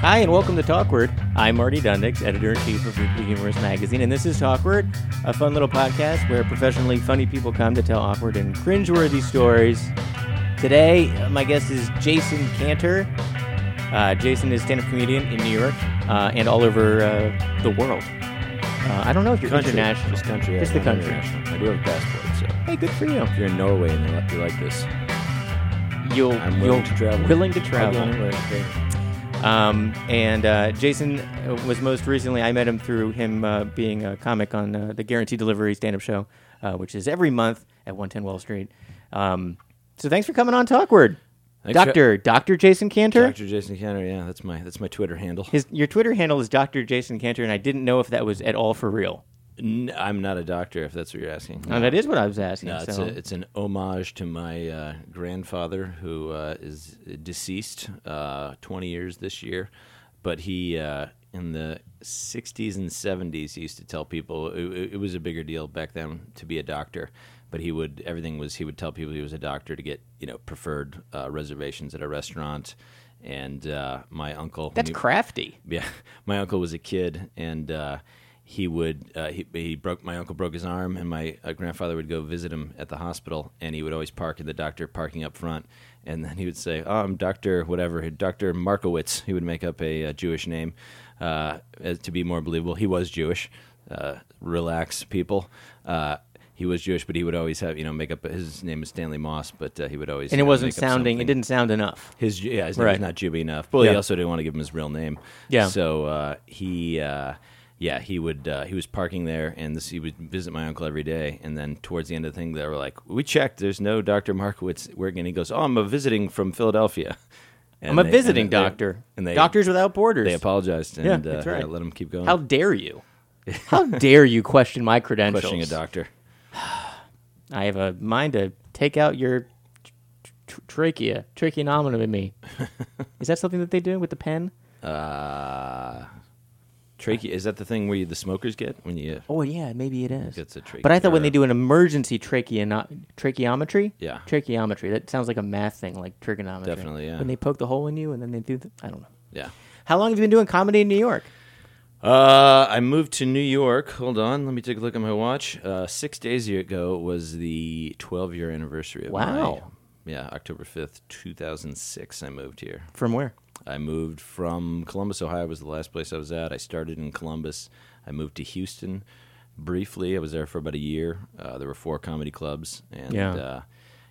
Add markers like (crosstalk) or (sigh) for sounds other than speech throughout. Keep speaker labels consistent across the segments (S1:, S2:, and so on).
S1: Hi, and welcome to Talkword. I'm Marty Dundix, editor in chief of Weekly Humorist Magazine, and this is Talkword, a fun little podcast where professionally funny people come to tell awkward and cringeworthy stories. Today, uh, my guest is Jason Cantor. Uh, Jason is stand up comedian in New York uh, and all over uh, the world. Uh, I don't know if you're international.
S2: Just country. yeah,
S1: Just the
S2: not
S1: country.
S2: international. I do have a passport, so.
S1: Hey, good for you.
S2: If you're in Norway and you like, you like this,
S1: You'll,
S2: I'm
S1: you'll
S2: willing to travel.
S1: willing to
S2: I'll go
S1: travel.
S2: anywhere. Okay.
S1: Um, and uh, Jason uh, was most recently, I met him through him uh, being a comic on uh, the Guaranteed Delivery stand up show, uh, which is every month at 110 Wall Street. Um, so thanks for coming on Talkword.
S2: Thanks,
S1: Dr. Dr. Jason Cantor.
S2: Dr. Jason Cantor, yeah, that's my that's my Twitter handle.
S1: His, your Twitter handle is Dr. Jason Cantor, and I didn't know if that was at all for real.
S2: N- I'm not a doctor, if that's what you're asking.
S1: And that is what I was asking.
S2: No, it's,
S1: so.
S2: a, it's an homage to my uh, grandfather who uh, is deceased, uh, 20 years this year. But he, uh, in the 60s and 70s, he used to tell people it- it, it was a bigger deal back then to be a doctor. But he would, everything was, he would tell people he was a doctor to get, you know, preferred uh, reservations at a restaurant. And uh, my uncle.
S1: That's
S2: when he-
S1: crafty.
S2: yeah, (laughs) my uncle was a kid, and uh, he would uh, he, he broke my uncle broke his arm, and my uh, grandfather would go visit him at the hospital, and he would always park in the doctor parking up front, and then he would say, "Oh, I'm Doctor whatever, Doctor Markowitz." He would make up a, uh Jewish name uh, as, to be more believable. He was Jewish. Uh, relax, people. Uh, he was Jewish, but he would always have you know make up his name is Stanley Moss, but uh, he would always
S1: And
S2: you
S1: it
S2: know,
S1: wasn't
S2: make up
S1: sounding, it
S2: something.
S1: didn't sound enough.
S2: His yeah, his name
S1: Right.
S2: was not Jubby enough. But
S1: Yeah.
S2: he also didn't want to give him his real name.
S1: Yeah.
S2: So uh, he, uh, yeah, he would uh, he was parking there, and this he would visit my uncle every day. And then towards the end of the thing, they were like, "We checked. There's no Doctor Markowitz working." And he goes, "Oh, I'm a visiting from
S1: (laughs)
S2: Philadelphia." And
S1: I'm a
S2: they- and
S1: visiting
S2: they-
S1: doctor.
S2: and they
S1: Doctors Without Borders.
S2: they apologized and
S1: Yeah,
S2: uh,
S1: that's right.
S2: yeah, let him keep going.
S1: How dare you? How dare you question my credentials?
S2: questioning a doctor?
S1: I have a mind to take out your tr- tr- trachea, tracheonominum in (laughs) me. Is that something that they do with the pen?
S2: Uh, trachea is that the thing where you, the smokers get when you?
S1: Oh yeah, maybe it is.
S2: It's a trache-
S1: But I thought when they
S2: or-
S1: do an emergency tracheono- tracheometry,
S2: Yeah.
S1: tracheometry. That sounds like a math thing, like trigonometry.
S2: Definitely, yeah.
S1: When they poke the hole in you and then they do, the, I don't know.
S2: Yeah.
S1: How long have you been doing comedy in New York?
S2: Uh, I moved to New York. Hold on, let me take a look at my watch. Uh, six days ago was the 12 year anniversary of
S1: Wow.
S2: my- yeah, October 5th, 2006. I moved here.
S1: From where?
S2: I moved from Columbus, Ohio, was the last place I was at. I started in Columbus. I moved to Houston briefly. I was there for about a year. Uh, there were four comedy clubs, and
S1: Yeah.
S2: uh,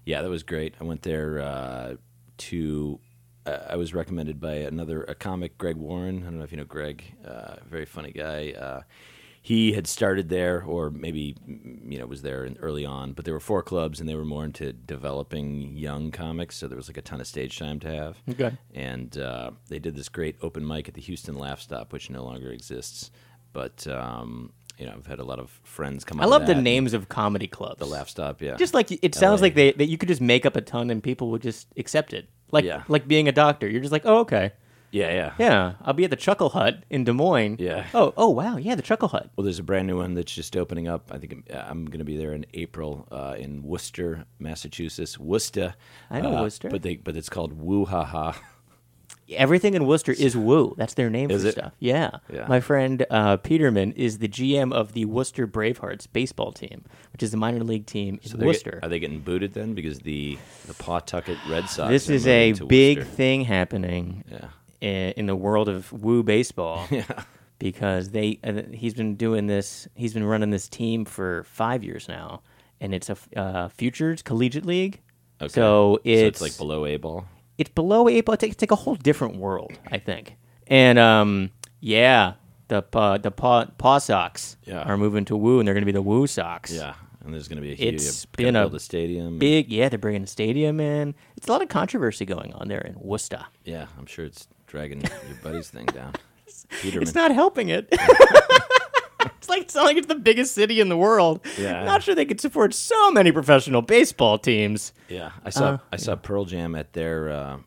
S2: yeah, that was great. I went there uh, to. Uh, I was recommended by another a comic, Greg Warren. I don't know if you know Greg, uh, very funny guy. Uh, he had started there, or maybe mm, you know was there in, early on. But there were four clubs, and they were more into developing young comics. So there was like a ton of stage time to have
S1: Okay.
S2: and uh, they did this great open mic at the Houston Laugh Stop, which no longer exists. But um, you know, I've had a lot of friends come.
S1: I
S2: out of
S1: love the
S2: that.
S1: names of comedy clubs.
S2: The Laugh Stop, yeah.
S1: Just like it sounds like they that you could just make up a ton and people would just accept it. Like
S2: Yeah.
S1: like being a doctor, you're just like, oh okay,
S2: yeah, yeah,
S1: yeah, I'll be at the Chuckle Hut in Des Moines.
S2: Yeah.
S1: Oh oh wow, yeah, the Chuckle Hut.
S2: Well, there's a brand new one that's just opening up. I think uh, I'm going to be there in April uh, in Worcester, Massachusetts. Worcester.
S1: I know
S2: uh,
S1: Worcester.
S2: but they but it's called Woo Ha Ha.
S1: Everything in Worcester
S2: (laughs)
S1: is woo. That's their name
S2: Is
S1: for
S2: it?
S1: stuff. Yeah.
S2: Yeah.
S1: My friend uh, Peterman is the GM of the Worcester Bravehearts baseball team, which is the minor league team in
S2: So they're get-
S1: Worcester.
S2: are they getting booted then? Because the the Pawtucket Red Sox.
S1: this
S2: are
S1: is
S2: moving
S1: a
S2: to
S1: big
S2: Worcester.
S1: thing happening
S2: Yeah.
S1: i- in the world of woo
S2: (laughs)
S1: baseball because they uh, he's been doing this he's been running this team for five years now and it's a f- uh, futures collegiate league
S2: Okay.
S1: so it's,
S2: so it's like below A ball.
S1: it's below eight ball it's like, it's like a whole different world i think and um yeah the uh, the paw paw socks
S2: Yeah.
S1: are moving to woo and they're going to be the woo socks
S2: Yeah, and there's going to be a huge.
S1: It's
S2: gotta
S1: been a
S2: build a stadium.
S1: big yeah they're bringing a stadium in it's a lot of controversy going on there in worcester
S2: Yeah, I'm sure it's dragging your buddy's thing down.
S1: (laughs)
S2: Peterman.
S1: It's not helping it. (laughs) it's like it's not like it's the biggest city in the world.
S2: Yeah.
S1: Not sure they could support so many professional baseball teams.
S2: yeah, I saw I saw Pearl Jam at their. Uh,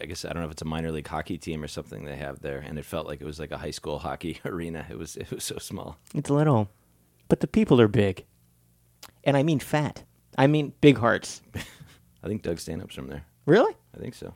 S2: I guess I don't know if it's a minor league hockey team or something they have there, and it felt like it was like a high school (laughs) hockey arena. It was it was so small.
S1: It's little, but the people are big. And I mean fat. I mean big hearts.
S2: I think Doug Stanhope's from there.
S1: Really?
S2: I think so.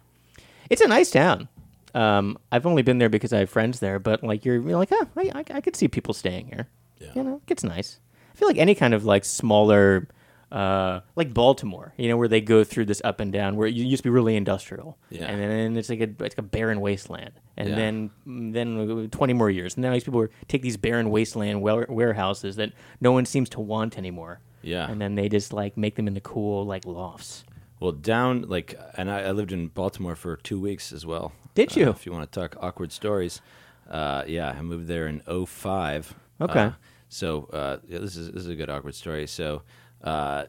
S1: It's a nice town. Um, I've only been there because I have friends there, but like you're, you're like, oh, I, I, I could see people staying here.
S2: Yeah.
S1: You know, it gets nice. I feel like any kind of like smaller, uh, like Baltimore, you know, where they go through this up and down, where it used to be really industrial,
S2: Yeah.
S1: and then it's like a it's like a barren wasteland, and
S2: Yeah.
S1: then then twenty more years, and now these people take these barren wasteland ware- warehouses that no one seems to want anymore.
S2: Yeah.
S1: and then they just like make them into cool like lofts.
S2: Well, down like, and I, I lived in Baltimore for two weeks as well.
S1: Did
S2: Uh,
S1: you?
S2: if you want to talk awkward stories, uh, yeah, I moved there in 05.
S1: Okay.
S2: Uh, so uh, yeah, this is this is a good awkward story. So, uh,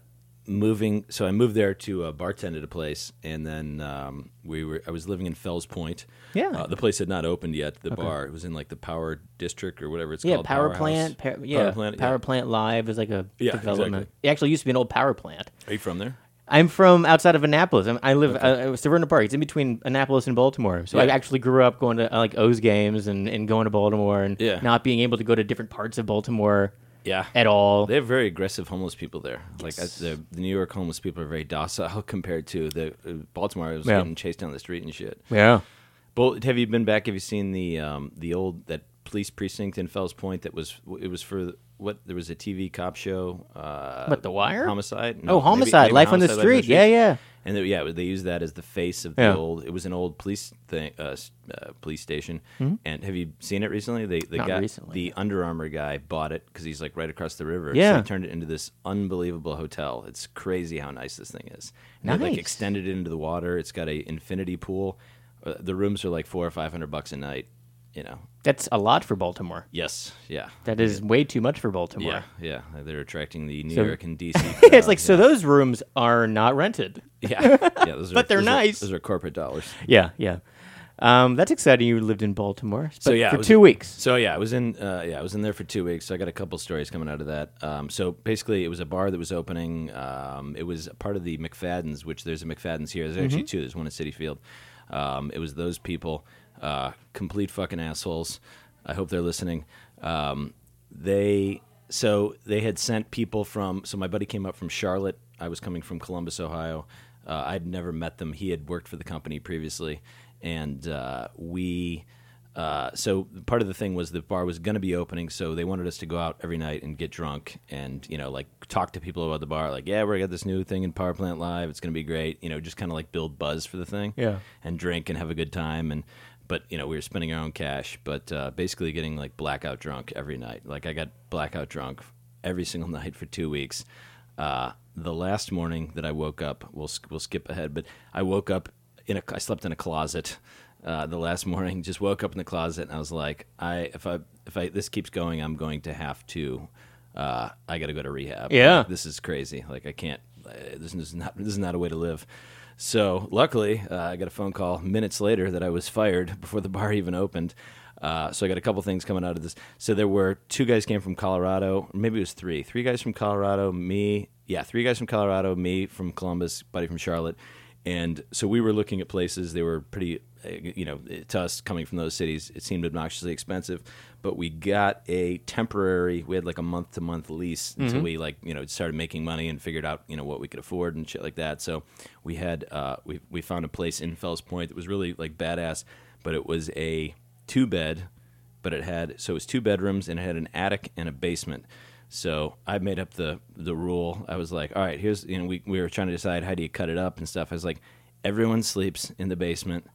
S2: moving, so I moved there to uh, bartend at a place, and then um, we were. I was living in Fells Point.
S1: Yeah.
S2: Uh, the place had not opened yet. The bar it was in like the power district or whatever it's
S1: Yeah,
S2: called.
S1: power
S2: Powerhouse.
S1: plant, pa- yeah, power plant.
S2: yeah.
S1: live is like a
S2: Yeah,
S1: development.
S2: exactly.
S1: It actually used to be an old power plant.
S2: Are you from there?
S1: I'm from outside of Annapolis. I'm, I live uh, uh, Severna Park. It's in between Annapolis and Baltimore. So I
S2: Yeah.
S1: actually grew up going to uh, like O's games and, and going to Baltimore and
S2: Yeah.
S1: not being able to go to different parts of Baltimore
S2: Yeah.
S1: at all.
S2: They have very aggressive homeless people there. Like uh, the, the New York homeless people are very docile (laughs) compared to the uh, Baltimore. I was
S1: Yeah.
S2: getting chased down the street and shit.
S1: yeah.
S2: But have you been back? Have you seen the um, the old that police precinct in Fells Point that was it was for the- what there was a TV cop show. Uh,
S1: What, The Wire?
S2: Homicide.
S1: Oh, Homicide, Life on the Street. Yeah, yeah.
S2: And they, yeah, they used that as the face of the
S1: Yeah.
S2: old. It was an old police thing, uh, s- uh, police station.
S1: Mm-hmm.
S2: And have you seen it recently? They they
S1: Not
S2: got
S1: recently.
S2: the Under Armour guy bought it because he's like right across the river.
S1: Yeah.
S2: so he turned it into this unbelievable hotel. It's crazy how nice this thing is. And they,
S1: Nice.
S2: like extended it into the water. It's got a infinity pool. Uh, the rooms are like four or five hundred bucks a night. You know.
S1: That's a lot for Baltimore.
S2: Yes. Yeah.
S1: That is way too much for Baltimore.
S2: yeah. Yeah. They're attracting the New
S1: So-
S2: York and DC.
S1: (laughs) it's (laughs)
S2: crowd,
S1: like, so
S2: yeah.
S1: those rooms are not rented.
S2: Yeah. yeah those are,
S1: But they're
S2: those are-
S1: nice.
S2: those are corporate dollars.
S1: Yeah, yeah. Um, that's exciting. You lived in Baltimore but
S2: So yeah, I
S1: for
S2: was-
S1: two weeks.
S2: So yeah, I was in uh, yeah, I was in there for two weeks. So I got a couple stories coming out of that. Um, so basically, it was a bar that was opening. Um, it was a part of the McFadden's, which there's a McFadden's here. There's actually two. There's one at City Field. Um, it was those people, uh, complete fucking assholes. I hope they're listening. Um, they so they had sent people from. So my buddy came up from Charlotte. I was coming from Columbus, Ohio. Uh, I'd never met them. He had worked for the company previously, and uh, we. Uh, so part of the thing was the bar was going to be opening, so they wanted us to go out every night and get drunk and you know like talk to people about the bar, like yeah, we got this new thing in Power Plant Live, it's going to be great, you know, just kind of like build buzz for the thing,
S1: Yeah.
S2: and drink and have a good time and. But you know we were spending our own cash, but uh, basically getting like blackout drunk every night. Like I got blackout drunk every single (laughs) night for two weeks. Uh, the last morning that I woke up, we'll sk- we'll skip ahead, but I woke up in a I slept in a closet uh, the last morning. (laughs) Just woke up in the closet and I was like, I if I if I this keeps going, I'm going to have to. Uh, I got to go to rehab.
S1: Yeah.
S2: Like, this is crazy. Like I can't. Uh, this is not. This is not a way to live. So luckily, uh, I got a phone call minutes later that I was fired before the (laughs) bar even opened. Uh, so I got a couple things coming out of this. So there were two guys came from Colorado, maybe it was three. Three guys from Colorado, me, yeah, three guys from Colorado, me from Columbus, buddy from Charlotte, and so we were looking at places. They were pretty, uh, you know, to us coming from those cities, it seemed obnoxiously expensive. But we got a temporary. We had like a month to month lease until we like you know started making money and figured out you know what we could afford and shit like that. So we had uh, we we found a place in Fells Point that was really like badass, but it was a two bed, but it had so it was two bedrooms and it had an attic and a basement. So I made up the the rule. I was like, all right, here's you know we we were trying to decide how do you cut it up and stuff. I was like, everyone sleeps in the basement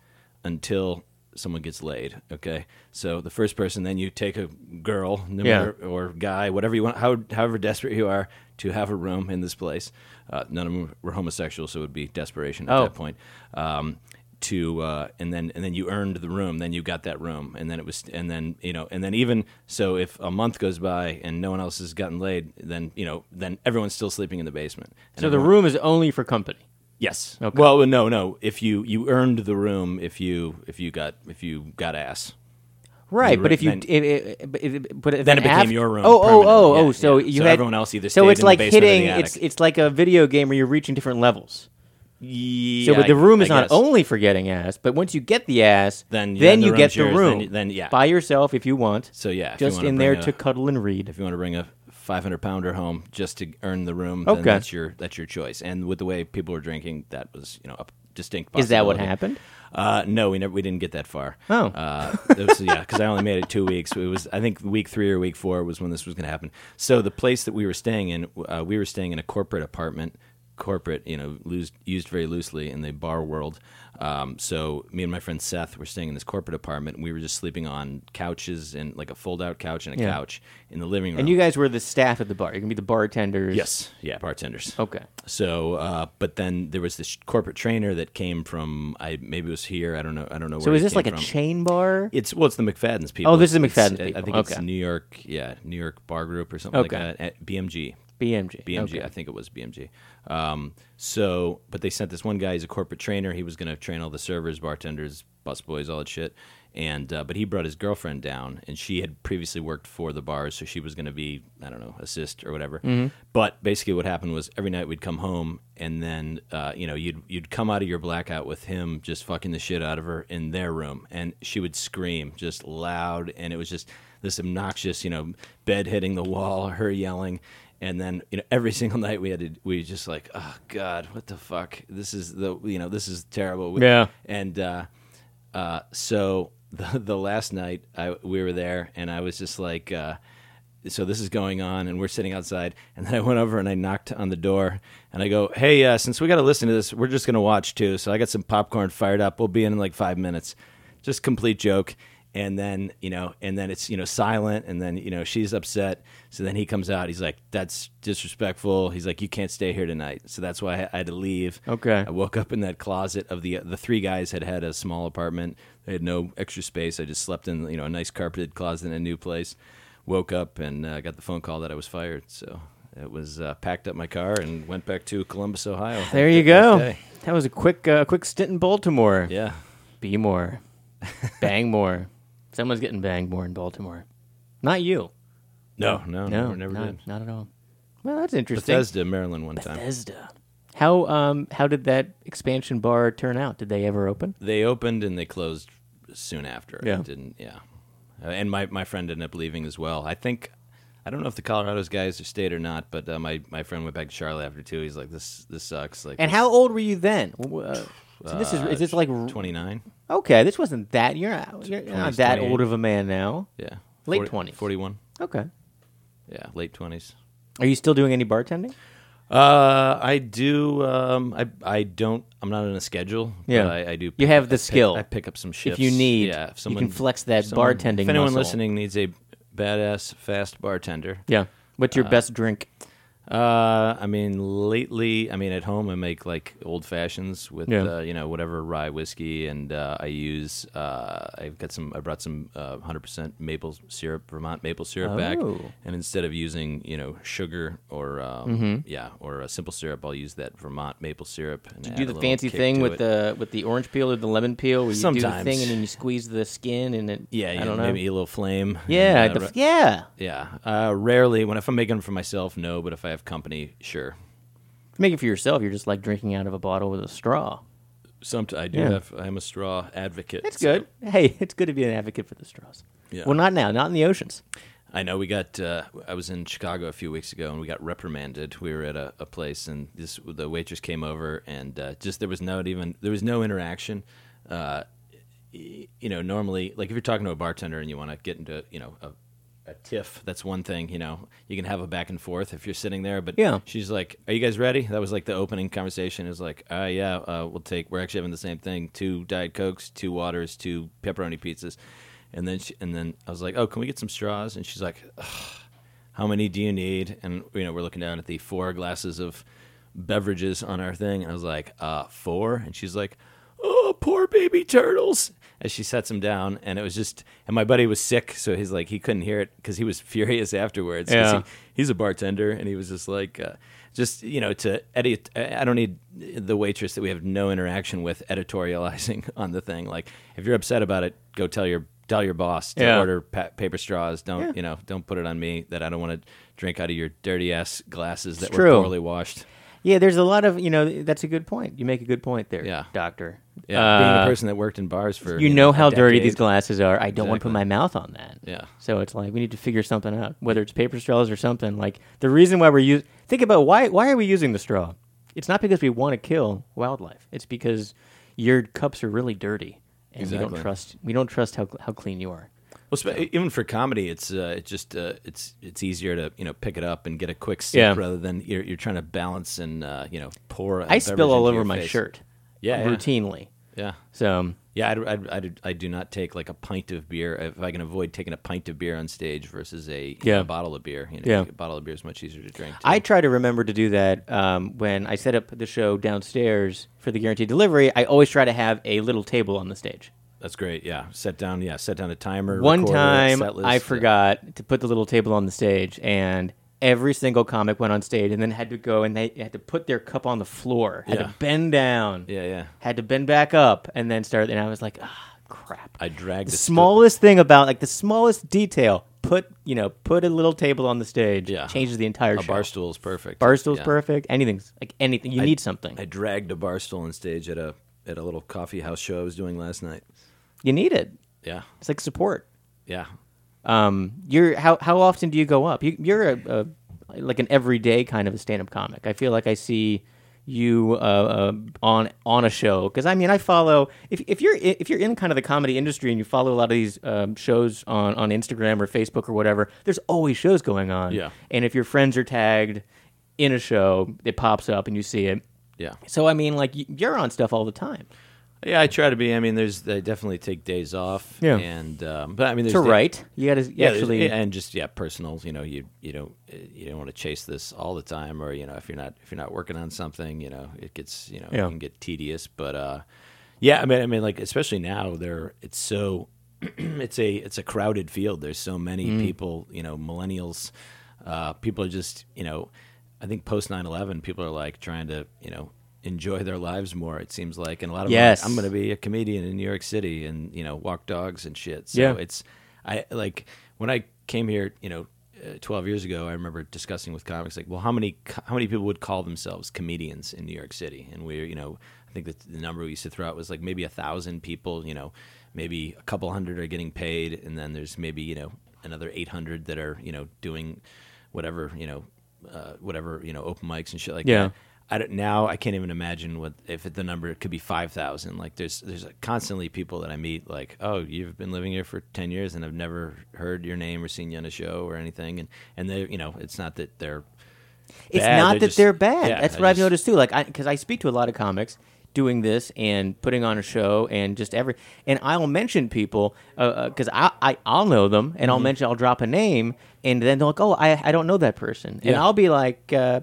S2: until someone gets laid. Okay, so the first person, then you take a girl, no
S1: Yeah.
S2: matter or guy, whatever you want, how, however desperate you are to have a room in this place. Uh, none of them were homosexual, so it would be desperation at
S1: Oh.
S2: that point. Um, to uh, and then and then you earned the room, then you got that room, and then it was and then you know and then even so, if a month goes by and no one else has gotten laid, then you know then everyone's still sleeping in the basement. And
S1: So the
S2: everyone-
S1: room is only for company.
S2: Yes. Well, no, no. If you you earned the room, if you if you got if you got ass.
S1: Right,
S2: You
S1: but
S2: were-
S1: if you
S2: then-
S1: if, if, but if, but if
S2: Then it became
S1: af-
S2: your room
S1: Oh, oh,
S2: permanently.
S1: oh, oh!
S2: Yeah,
S1: so
S2: yeah.
S1: you
S2: So
S1: had
S2: everyone else either
S1: So
S2: stayed
S1: it's
S2: in the
S1: like
S2: basement or the
S1: hitting.
S2: attic.
S1: It's it's like a video game where you're reaching different levels. So,
S2: Yeah.
S1: but the room
S2: I-
S1: is
S2: I
S1: not
S2: guess.
S1: only for getting ass, but once you get the ass,
S2: Then-
S1: then
S2: then the
S1: you
S2: room's
S1: get the
S2: yours,
S1: room.
S2: then you- then, yeah.
S1: by yourself if you want.
S2: So yeah, if you
S1: just
S2: wanna
S1: in there
S2: bring a-
S1: to cuddle and read.
S2: if you want to bring a 500 pounder home just to earn the room,
S1: Okay.
S2: then that's your that's your choice. And with the way people were drinking, that was you know a distinct.
S1: Is that what
S2: possibility.
S1: happened?
S2: Uh, no, we never. We didn't get that far.
S1: Oh.
S2: Uh, it was, yeah, because I only made it two weeks. It was I think week three or week four was when this was going to happen. So the place that we were staying in, uh, we were staying in a corporate apartment. Corporate, you know, loose, used very loosely in the bar world. Um, so me and my friend Seth were staying in this corporate apartment. And we were just sleeping on couches and like a fold-out couch and a
S1: Yeah.
S2: couch in the living room.
S1: And you guys were the staff at the bar. You can be the bartenders.
S2: yes, yeah, bartenders.
S1: Okay.
S2: So, uh, but then there was this corporate trainer that came from I maybe it was here. I don't know. I don't know.
S1: So
S2: where
S1: is
S2: he
S1: this
S2: came
S1: like a
S2: from.
S1: chain bar?
S2: It's well, it's the McFadden's people.
S1: Oh, this is the
S2: It's-
S1: McFadden's
S2: I- I
S1: people.
S2: think it's
S1: Okay.
S2: New York. Yeah, New York Bar Group or something
S1: Okay.
S2: like that. At BMG.
S1: BMG.
S2: BMG.
S1: Okay.
S2: I think it was BMG. Um, so, but they sent this one guy. He's a corporate trainer. He was going to train all the servers, bartenders, busboys, all that shit. And uh, but he brought his girlfriend down, and she had previously worked for the bars, so she was going to be I don't know assist or whatever. But basically, what happened was every night we'd come home, and then uh, you know you'd you'd come out of your blackout with him just fucking the shit out of her in their room, and she would scream just loud, and it was just this obnoxious you know bed hitting the wall, her yelling, and then you know every (laughs) single night we had to we just like oh god what the fuck this is the you know this is terrible We-
S1: Yeah.
S2: and uh uh so (laughs) the, the last night I we were there and I was just like uh so this is going on and we're sitting outside (laughs) and then I went over and I knocked on the door and I go hey uh since we got to listen to this we're just going to watch too so I got some popcorn fired up we'll be in in like 5 minutes just complete joke and then you know and then it's you know silent and then you know she's upset so then he comes out he's like that's disrespectful he's like you can't stay here tonight so that's why i I had to leave
S1: Okay.
S2: I woke up in that closet of the the three guys had had a small apartment they had no extra space i just slept in you know a nice carpeted closet in a new place woke up and uh, got the phone call that i was fired so it was uh, packed up my car and went back to columbus ohio
S1: There you
S2: That
S1: go.
S2: day.
S1: That was a quick, uh, quick stint in Baltimore.
S2: yeah
S1: Be
S2: (laughs)
S1: more, bang more. Someone's getting banged more in Baltimore. Not you.
S2: no no
S1: No,
S2: Oh, never, never
S1: not,
S2: did
S1: not at all. Well, that's interesting.
S2: bethesda maryland one time
S1: Bethesda. How um how did that expansion bar turn out? Did they ever open?
S2: they opened and they closed soon after.
S1: Yeah.
S2: It didn't yeah. Uh, and my, my friend ended up leaving as well. I think I don't know if the Colorado's guys stayed or not, but uh, my my friend went back to Charlotte after two. He's like, this this sucks. Like
S1: And how old were you then? W- Uh, so this is is this like
S2: twenty nine?
S1: okay? This wasn't that you're not, you're not
S2: 20s,
S1: that
S2: 28.
S1: old of a man now.
S2: Yeah,
S1: Late
S2: 40
S1: 20s.
S2: 41.
S1: Okay.
S2: Yeah, late twenties.
S1: Are you still doing any bartending?
S2: Uh, I do. Um, I I don't. I'm not on a schedule.
S1: Yeah.
S2: but I, I do.
S1: You have the
S2: I pick-
S1: skill.
S2: I pick up some shifts
S1: If you need,
S2: Yeah, if
S1: you
S2: someone,
S1: can flex that
S2: someone-
S1: bartending.
S2: If anyone
S1: muscle.
S2: listening needs a badass fast bartender,
S1: yeah. What's your best drink?
S2: Uh, I mean, lately, I mean, at home, I make like old fashions with
S1: Yeah.
S2: uh, you know whatever rye whiskey, and uh, I use uh, I've got some I brought some uh, hundred percent maple syrup, Vermont maple syrup back,
S1: Oh.
S2: and instead of using you know sugar or um,
S1: Mm-hmm.
S2: yeah or a simple syrup, I'll use that Vermont maple syrup. And
S1: Do the fancy thing with the with the orange peel or the lemon peel, where you do the
S2: Sometimes.
S1: thing and then you squeeze the skin and it.
S2: yeah, yeah
S1: I don't know.
S2: maybe a little flame.
S1: yeah,
S2: and,
S1: the
S2: uh,
S1: f- yeah.
S2: yeah. Uh, rarely when if I'm making them for myself, no, but if I have company, sure.
S1: If you make it for yourself, you're just like drinking out of a bottle with a straw.
S2: Sometimes I do
S1: Yeah.
S2: have. I'm a straw advocate.
S1: It's
S2: so-
S1: good. Hey, it's good to be an advocate for the straws.
S2: Yeah.
S1: Well, not now, not in the oceans.
S2: I know we got. Uh, I was in Chicago a few weeks ago, and we got reprimanded. We were at a, a place, and this the waitress came over, and uh, just there was not even there was no interaction. Uh, y- you know, normally, like if you're talking to a bartender and you want to get into you know a, a tiff, that's one thing. You know, you can have a back and forth if you're sitting there. But
S1: Yeah.
S2: she's like, "Are you guys ready?" That was like the opening conversation. It was like, "Uh, yeah, uh, we'll take. We're actually having the same thing: two diet cokes, two waters, two pepperoni pizzas." And then, she, and then I was like, "Oh, can we get some straws?" And she's like, "Ugh, "How many do you need?" And you know, we're looking down at the four glasses of beverages on our thing, and I was like, "Uh, four? And she's like, "Oh, poor baby turtles." As she sets them down, and it was just, and my buddy was sick, so he's like, he couldn't hear it because he was (laughs) furious afterwards. 'cause
S1: Yeah.
S2: he- he's a bartender and he was just like uh, just you know to edit uh, i I don't need the waitress that we have no interaction with editorializing (laughs) on the thing like if you're upset about it go tell your tell your boss to
S1: Yeah.
S2: order pa- paper straws don't you know don't put it on me that i don't want to drink out of your dirty ass glasses that
S1: true.
S2: were poorly washed
S1: Yeah, there's a lot of you know. That's a good point. You make a good point there,
S2: Yeah.
S1: Doctor. Uh,
S2: yeah being a person that worked in bars for
S1: You know
S2: a
S1: how dirty
S2: decade.
S1: these glasses are. I don't want to put
S2: Exactly.
S1: my mouth on that.
S2: Yeah.
S1: So it's like we need to figure something out, whether it's paper straws or something. Like the reason why we're using. Think about why. Why are we using the straw? It's not because we want to kill wildlife. It's because your cups are really dirty, and we don't
S2: Exactly.
S1: trust we don't trust how how clean you are.
S2: Well, spe- even for comedy, it's uh, it's just uh, it's it's easier to you know pick it up and get a quick sip
S1: Yeah.
S2: rather than you're, you're trying to balance and uh, you know pour. a
S1: I
S2: beverage
S1: spill all
S2: into your
S1: over my
S2: face.
S1: shirt,
S2: Yeah, yeah.
S1: routinely.
S2: Yeah,
S1: So um,
S2: yeah. I'd, I'd, I'd, I do not take like a pint of beer if I can avoid taking a pint of beer on stage versus a, you
S1: Yeah.
S2: know, a bottle of beer. You know,
S1: Yeah.
S2: a bottle of beer is much easier to drink. too.
S1: I try to remember to do that um, when I set up the show downstairs for the guaranteed delivery. I always try to have a little table on the stage.
S2: That's great. Yeah, set down. Yeah, set down a timer.
S1: One
S2: recorder,
S1: time,
S2: set list,
S1: I
S2: yeah.
S1: forgot to put the little table on the stage, and every single comic went on stage and then had to go and they had to put their cup on the floor, had
S2: Yeah.
S1: to bend down,
S2: Yeah, yeah.
S1: had to bend back up, and then start. And I was like, ah, crap.
S2: I dragged
S1: the
S2: a
S1: smallest thing about like the smallest detail. Put you know, put a little table on the stage.
S2: Yeah.
S1: changes the entire
S2: A
S1: show.
S2: bar stool's perfect.
S1: Barstool's
S2: Yeah.
S1: perfect. Anything's like anything. You need something.
S2: I dragged a bar stool on stage at a at a little coffee house show I was doing last night.
S1: you need it.
S2: Yeah,
S1: It's like support.
S2: yeah.
S1: Um, you're how how often do you go up? You, you're a, a like an everyday kind of a stand up comic. I feel like I see you uh, uh, on on a show because I mean I follow if if you're i- if you're in kind of the comedy industry and you follow a lot of these um, shows on on Instagram or Facebook or whatever. There's always shows going on.
S2: Yeah.
S1: And if your friends are tagged in a show, it pops up and you see it.
S2: Yeah,
S1: So I mean, like y- you're on stuff all the time.
S2: yeah. I try to be. I mean, there's. I definitely take days off.
S1: Yeah.
S2: and um, but I mean, there's
S1: to
S2: da-
S1: write. You got to
S2: Yeah, there's-
S1: actually.
S2: and just yeah, personal. You know, you you don't you don't want to chase this all the time, or you know, if you're not if you're not working on something, you know, it gets you know
S1: Yeah.
S2: it can get tedious. But uh, yeah, I mean, I mean, like especially now, there it's so (clears throat) it's a it's a crowded field. There's so many
S1: Mm.
S2: people, you know, millennials. Uh, people are just you know, I think post 9/11, people are like trying to you know enjoy their lives more. It seems like, and a lot of them are like,
S1: Yes.
S2: I'm going to be a comedian in New York City and you know walk dogs and shit. So
S1: Yeah.
S2: it's I like when I came here, you know, uh, 12 years ago, I remember discussing with comics like, well, how many co- how many people would call themselves comedians in New York City? And we, you know, I think that the number we used to throw out was like maybe a thousand people. You know, maybe a couple hundred are getting paid, and then there's maybe you know another 800 that are you know doing whatever you know uh, whatever you know open mics and shit like
S1: Yeah.
S2: that. I don't now. I can't even imagine what if the number could be five thousand. Like there's there's constantly people that I meet like, oh, you've been living here for ten years and I've never heard your name or seen you on a show or anything. And and they you know it's not that they're
S1: it's
S2: bad,
S1: not
S2: they're
S1: that
S2: just-
S1: they're bad.
S2: yeah,
S1: That's
S2: I
S1: what I've
S2: just-
S1: noticed too. Like, because I, speak to a lot of comics doing this and putting on a show and just every, and I'll mention people because I, I I'll know them and I'll
S2: Mm-hmm.
S1: mention I'll drop a name and then they're like, oh, I I don't know that person, and
S2: Yeah.
S1: I'll be like. Uh,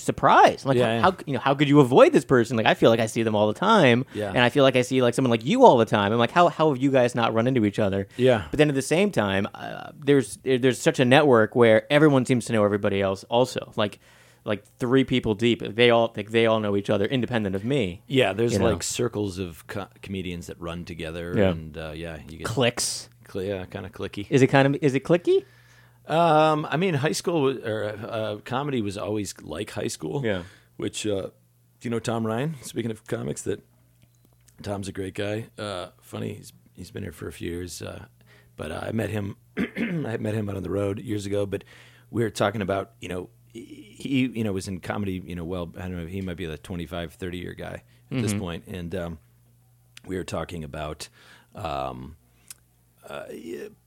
S1: surprised like
S2: Yeah, yeah.
S1: how, how you know how could you avoid this person like i feel like i see them all the time
S2: Yeah.
S1: and i feel like i see like someone like you all the time i'm like how, how have you guys not run into each other
S2: Yeah.
S1: but then at the same time, uh, there's there- there's such a network where everyone seems to know everybody else. Also, like like three people deep, they all like they all know each other, independent of me.
S2: yeah. There's
S1: You know.
S2: like circles of co- comedians that run together.
S1: Yeah.
S2: and uh, yeah, you get
S1: Clicks.
S2: cl- yeah, kind of clicky.
S1: Is it kind of is it clicky?
S2: Um, I mean, high school wa- or uh, comedy was always like high school.
S1: Yeah.
S2: Which, uh, do you know Tom Ryan? Speaking of comics, that Tom's a great guy. Uh, funny, he's he's been here for a few years. Uh, but uh, I met him, (clears throat) I met him out on the road years ago. But we were talking about, you know, he you know was in comedy, you know, well, I don't know, he might be the 25, 30 year guy at this point, and um, we were talking about um, uh,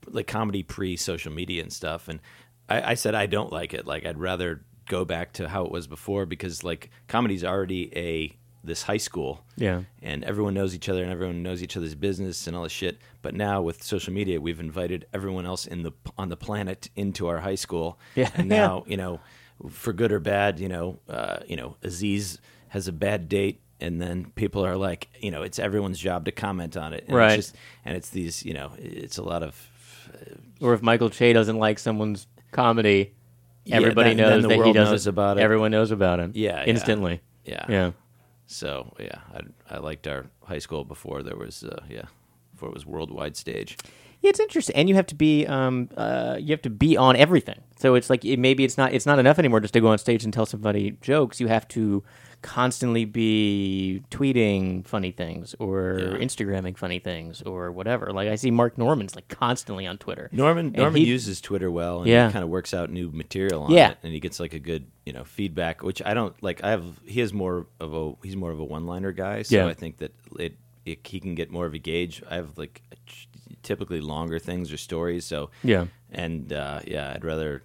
S2: like comedy pre social media and stuff. And I, I said I don't like it. Like I'd rather go back to how it was before because like comedy's already a this high school.
S1: Yeah.
S2: And everyone knows each other and everyone knows each other's business and all this shit. But now with social media, we've invited everyone else in the on the planet into our high school.
S1: (laughs) Yeah.
S2: And now, you know, for good or bad, you know, uh, you know, Aziz has a bad date and then people are like, you know, it's everyone's job to comment on it. And
S1: Right.
S2: It's just, and it's these, you know, it's a lot of
S1: Or if Michael Che doesn't like someone's comedy,
S2: Yeah,
S1: everybody
S2: then- then
S1: knows
S2: the
S1: that he
S2: world
S1: doesn't.
S2: knows about it.
S1: Everyone knows about him.
S2: Yeah, yeah.
S1: instantly.
S2: Yeah.
S1: Yeah.
S2: So yeah, I, I liked our high school before there was uh, yeah before it was worldwide stage.
S1: Yeah, it's interesting, and you have to be um, uh, you have to be on everything. So it's like it, maybe it's not it's not enough anymore just to go on stage and tell somebody jokes. You have to constantly be tweeting funny things or Instagramming funny things or whatever. Like I see Mark Norman's like constantly on Twitter.
S2: Norman
S1: And
S2: Norman
S1: he-
S2: uses Twitter well and
S1: Yeah.
S2: he kind of works out new material on
S1: Yeah.
S2: it and he gets like a good you know feedback which I don't like I have he has more of a he's more of a one liner guy so
S1: Yeah.
S2: I think that it it, he can get more of a gauge. I have like typically longer things or stories, so
S1: Yeah.
S2: and uh, yeah, I'd rather.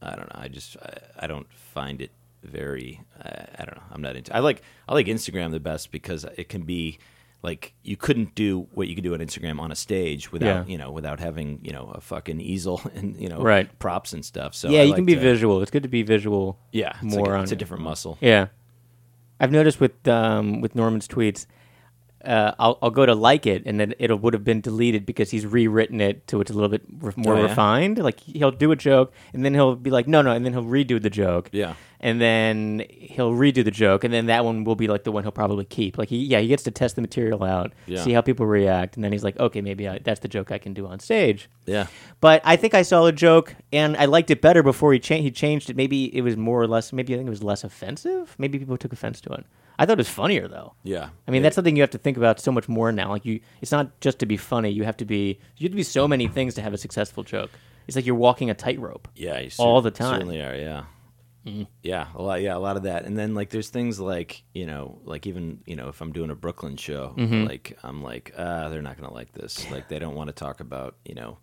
S2: I don't know. I just I, I don't find it very. I, I don't know. I'm not into. I like I like Instagram the best because it can be like you couldn't do what you could do on Instagram on a stage without
S1: Yeah.
S2: you know without having you know a fucking easel (laughs) and you know
S1: Right.
S2: props and stuff. So
S1: yeah,
S2: I
S1: you can
S2: like
S1: be
S2: to-
S1: visual. It's good to be visual.
S2: Yeah, it's
S1: more
S2: like a,
S1: on
S2: it's a different muscle.
S1: Yeah, I've noticed with um, with Norman's tweets, uh, I'll I'll go to like it, and then it would have been deleted because he's rewritten it to it's a little bit re- more
S2: Oh, yeah?
S1: refined. Like he'll do a joke, and then he'll be like, no, no, and then he'll redo the joke.
S2: Yeah.
S1: and then he'll redo the joke, and then that one will be like the one he'll probably keep. Like he, yeah, he gets to test the material out,
S2: Yeah.
S1: see how people react, and then he's like, okay, maybe I, that's the joke I can do on stage.
S2: Yeah.
S1: But I think I saw a joke, and I liked it better before he changed. He changed it. Maybe it was more or less. Maybe I think it was less offensive. Maybe people took offense to it. I thought it was funnier though.
S2: Yeah.
S1: I mean, that's something you have to think about so much more now. Like you, it's not just to be funny. You have to be. You have to be so many things to have a successful joke. It's like you're walking a tightrope.
S2: Yeah, you
S1: all
S2: cer-
S1: the time. Mm-hmm.
S2: Certainly are. Yeah, yeah, a lot. Yeah, a lot of that. And then like, there's things like you know, like even you know, if I'm doing a Brooklyn show,
S1: Mm-hmm.
S2: like I'm like, ah, they're not gonna like this. Like they don't want to talk about you know,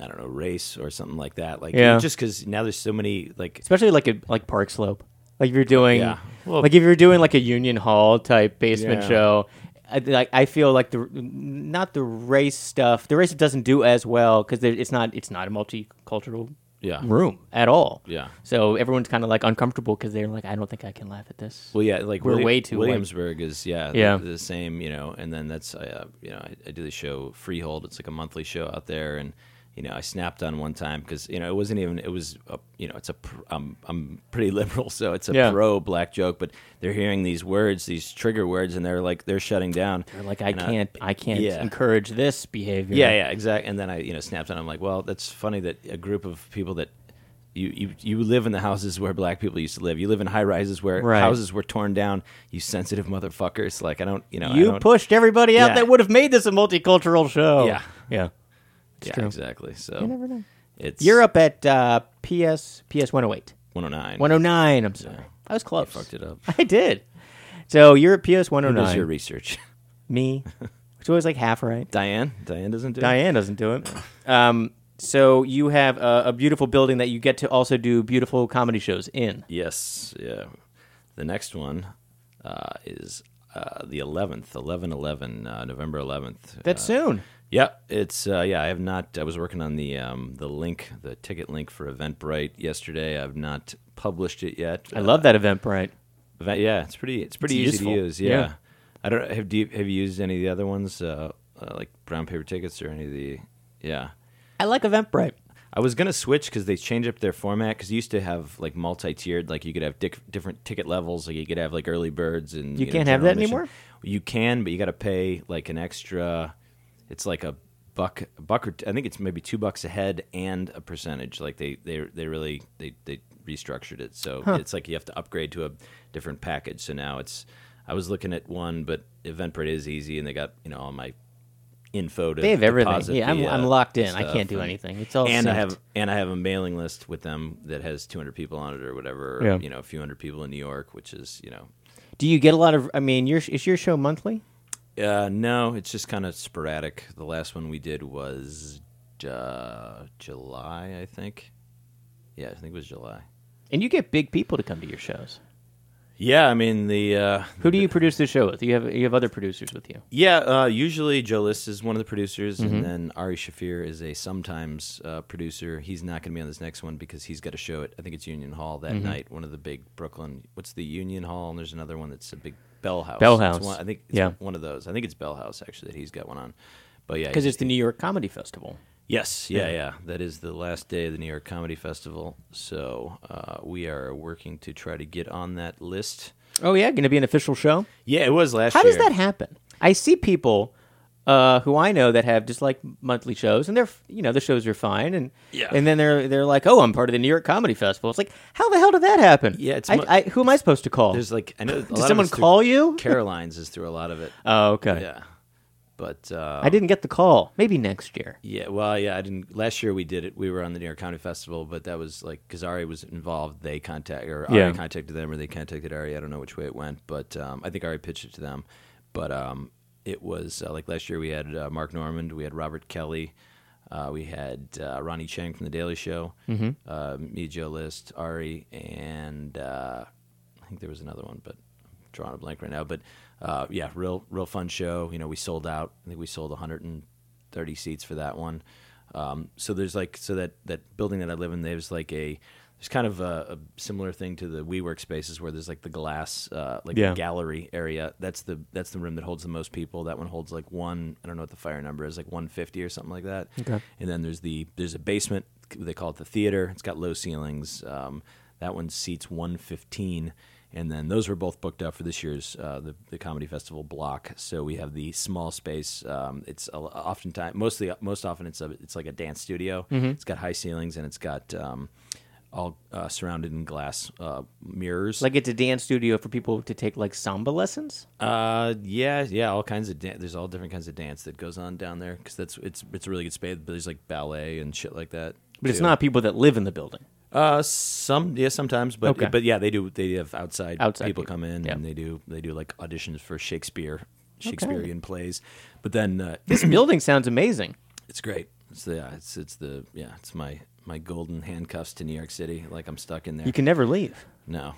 S2: I don't know, race or something like that. Like
S1: Yeah.
S2: just because now there's so many like
S1: Especially like a, like Park Slope. Like if you're doing,
S2: Yeah. Well-
S1: like if you're doing like a Union Hall type basement
S2: Yeah.
S1: show. I, like I feel like the not the race stuff. The race doesn't do as well because it's not it's not a multicultural
S2: yeah.
S1: room at all.
S2: Yeah.
S1: So everyone's kind of like uncomfortable because they're like, I don't think I can laugh at this.
S2: Well, yeah, like
S1: We're
S2: Willi-
S1: way too white.
S2: Williamsburg is yeah, the-
S1: Yeah.
S2: The, same, you know. And then that's I, uh, you know, I, I do the show Freehold. It's like a monthly show out there, and you know, I snapped on one time because you know it wasn't even it was a, you know it's a pr- I'm I'm pretty (laughs) liberal, so it's a
S1: Yeah.
S2: pro black joke, but they're hearing these words, these trigger words, and they're like they're shutting down.
S1: They're like, I
S2: And
S1: can't, I, can't
S2: yeah.
S1: encourage this behavior.
S2: Yeah, yeah, exactly. And then I, you know, snapped on. I'm like, well, that's funny that a group of people that you you, you live in the houses where black people used to live. You live in high rises where
S1: Right.
S2: houses were torn down. You sensitive motherfuckers. Like I don't, you know, I
S1: You
S2: don't-
S1: pushed everybody out
S2: Yeah.
S1: that would have made this a multicultural show.
S2: Yeah.
S1: yeah.
S2: Yeah,
S1: true.
S2: exactly. So
S1: You never know.
S2: It's
S1: You're up at uh, PS PS 108,
S2: 109.
S1: 109. I'm sorry,
S2: Yeah.
S1: I was close.
S2: Fucked it up.
S1: (laughs) I did. So you're at PS
S2: Who does
S1: 109.
S2: your research? (laughs)
S1: (laughs) Me, it's always like half right.
S2: Diane. Diane doesn't do.
S1: (laughs)
S2: it?
S1: Diane doesn't do it. (laughs) Um, so you have a, a beautiful building that you get to also do beautiful comedy shows in.
S2: Yes. Yeah. The next one uh, is uh, the 11th, 11 11, uh, November 11th.
S1: That's
S2: uh,
S1: soon.
S2: Yeah, it's uh, yeah. I have not. I was working on the um, the link, the ticket link for Eventbrite yesterday. I've not published it yet.
S1: I love that Eventbrite.
S2: Event, yeah, it's pretty. It's pretty
S1: It's
S2: easy
S1: useful.
S2: to use. Yeah.
S1: Yeah.
S2: I don't have. Do you, have you used any of the other ones, uh, uh, like brown paper tickets or any of the? Yeah.
S1: I like Eventbrite.
S2: I was gonna switch because they changed up their format. Because you used to have like multi-tiered, like you could have dic- different ticket levels. Like you could have like early birds and
S1: You
S2: know,
S1: can't have
S2: general
S1: that
S2: admission.
S1: anymore?
S2: You can, but you got to pay like an extra. It's like a buck, a buck or t- I think it's maybe two bucks a head and a percentage. Like they they they really they they restructured it, so it's like you have to upgrade to a different package. So now it's. I was looking at one, but Eventbrite is easy, and they got you know all my info to
S1: They have everything.
S2: deposit
S1: Yeah, I'm,
S2: the, uh,
S1: I'm locked in. I
S2: stuff
S1: can't do
S2: and-
S1: anything. It's all
S2: and I
S1: synced.
S2: have and I have a mailing list with them that has 200 people on it or whatever. or,
S1: Yeah.
S2: You know, a few hundred people in New York, which is you know,
S1: Do you get a lot of? I mean, your is your show monthly?
S2: uh, no, it's just kind of sporadic. The last one we did was uh, July, I think. Yeah, I think it was July.
S1: And you get big people to come to your shows.
S2: Yeah, I mean the uh,
S1: Who do you produce the show with? You have you have other producers with you.
S2: Yeah, uh, usually Joe List is one of the producers,
S1: Mm-hmm.
S2: and then Ari Shafir is a sometimes uh, producer. He's not going to be on this next one because he's got a show at I think it's Union Hall that
S1: Mm-hmm.
S2: night. One of the big Brooklyn. What's the Union Hall? And there's another one that's a big Bell House.
S1: Bell
S2: It's
S1: House.
S2: one- I think it's
S1: Yeah.
S2: one of those. I think it's Bell House actually that he's got one on. But yeah,
S1: Because
S2: he-
S1: it's the New York Comedy Festival.
S2: Yes, yeah, yeah. That is the last day of the New York Comedy Festival, so uh, we are working to try to get on that list.
S1: Oh yeah, going to be an official show.
S2: Yeah, it was last
S1: How
S2: year.
S1: does that happen? I see people uh, who I know that have just like monthly shows, and they're you know the shows are fine, and
S2: Yeah.
S1: and then they're they're like, oh, I'm part of the New York Comedy Festival. It's like, how the hell did that happen?
S2: Yeah, it's
S1: I,
S2: mu-
S1: I, who am I supposed to call?
S2: There's like I know. A lot
S1: Does
S2: of
S1: someone
S2: it's through-
S1: call you?
S2: Caroline's is through a lot of it.
S1: (laughs) oh, okay.
S2: Yeah, but uh,
S1: I didn't get the call. Maybe next year.
S2: yeah, well, yeah, I didn't. Last year we did it. We were on the New York County Festival, but that was like because Ari was involved. They contact or Ari
S1: Yeah.
S2: contacted them, or they contacted Ari. I don't know which way it went, but um, I think Ari pitched it to them. But um, it was uh, like last year we had uh, Mark Normand, we had Robert Kelly, uh, we had uh, Ronnie Chang from The Daily Show, uh, me, Joe List, Ari, and uh, I think there was another one, but I'm drawing a blank right now. But uh, yeah, real real fun show. You know, we sold out. I think we sold 130 seats for that one. Um, so there's like so that that building that I live in, there's like a there's kind of a, a similar thing to the WeWork spaces where there's like the glass uh, like
S1: Yeah.
S2: gallery area. That's the that's the room that holds the most people. That one holds like one I don't know what the fire number is like 150 or something like that.
S1: Okay.
S2: And then there's the there's a basement. They call it the theater. It's got low ceilings. Um, that one seats 115. And then those were both booked up for this year's uh, the, the comedy festival block. So we have the small space. Um, it's a, oftentimes mostly most often it's a, it's like a dance studio. It's got high ceilings and it's got um, all uh, surrounded in glass uh, mirrors.
S1: Like it's a dance studio for people to take like samba lessons.
S2: Uh, yeah, yeah, all kinds of dance. There's all different kinds of dance that goes on down there because that's it's it's a really good space. But there's like ballet and shit like that.
S1: But it's
S2: too.
S1: not people that live in the building.
S2: Uh, some yeah, sometimes, but
S1: Okay.
S2: but yeah, they do. They have outside,
S1: Outside
S2: people,
S1: people,
S2: come in
S1: yeah.
S2: and they do they do like auditions for Shakespeare, Shakespearean plays. But then uh,
S1: This building sounds amazing.
S2: it's great. It's the, yeah, it's it's the yeah, it's my my golden handcuffs to New York City. Like I'm stuck in there.
S1: You can never leave.
S2: No,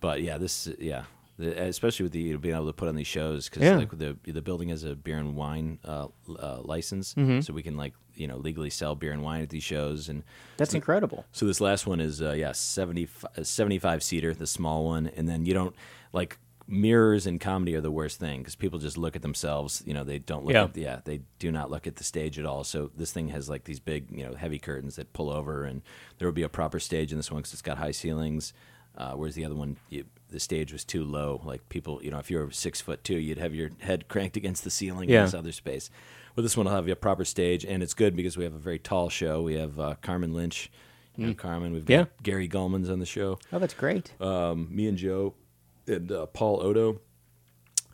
S2: but yeah, this yeah, the, especially with the being able to put on these shows because
S1: Yeah.
S2: like the the building has a beer and wine uh, l- uh, license, so we can like you know legally sell beer and wine at these shows and.
S1: That's incredible.
S2: So this last one is uh, yeah 75, uh, 75 seater, the small one, and then you don't like mirrors and comedy are the worst thing because people just look at themselves. You know they don't look
S1: Yeah.
S2: at yeah they do not look at the stage at all. So this thing has like these big you know heavy curtains that pull over, and there will be a proper stage in this one because it's got high ceilings. Uh, whereas the other one, you, the stage was too low. Like people, you know, if you're six foot two, you'd have your head (laughs) cranked against the ceiling
S1: Yeah.
S2: in this other space. Well, this one will have a proper stage, and it's good because we have a very tall show. We have uh, Carmen Lynch, you know, Carmen. We've got
S1: Hmm. Yeah.
S2: Gary Gallman's on the show.
S1: Oh, that's great.
S2: Um, me and Joe and uh, Paul Odo,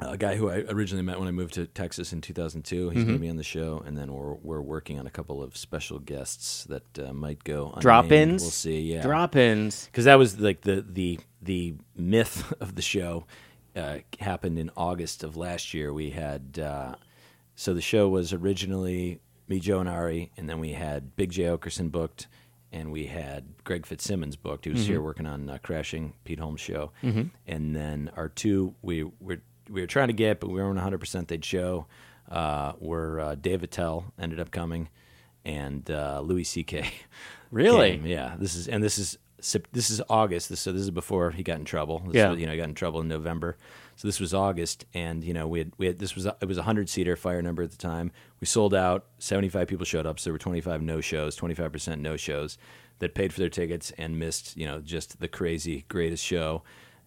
S2: a guy who I originally met when I moved to Texas in 2002. He's
S1: Mm-hmm.
S2: going to be on the show, and then we're we're working on a couple of special guests that uh, might go unnamed.
S1: Drop-ins?
S2: We'll see. Yeah,
S1: Drop-ins.
S2: because that was like the the the myth (laughs) of the show uh, happened in August of last year. We had uh, so the show was originally me, Joe, and Ari, and then we had Big J Okerson booked, and we had Greg Fitzsimmons booked. He was here working on uh, Crashing Pete Holmes' show, and then our two we were we were trying to get, but we weren't 100 percent they'd show. Uh, were uh, Dave Attell ended up coming, and uh, Louis (laughs) C.K.
S1: Really?
S2: came. Yeah, this is and this is Sep- this is August. This, so this is before he got in trouble. This
S1: Yeah.
S2: was, you know, he got in trouble in November. So this was August, and you know, we had we had this was it was a hundred seater fire number at the time. We sold out. Seventy five people showed up. So there were twenty five no shows, twenty five percent no shows that paid for their tickets and missed. You know, just the crazy greatest show.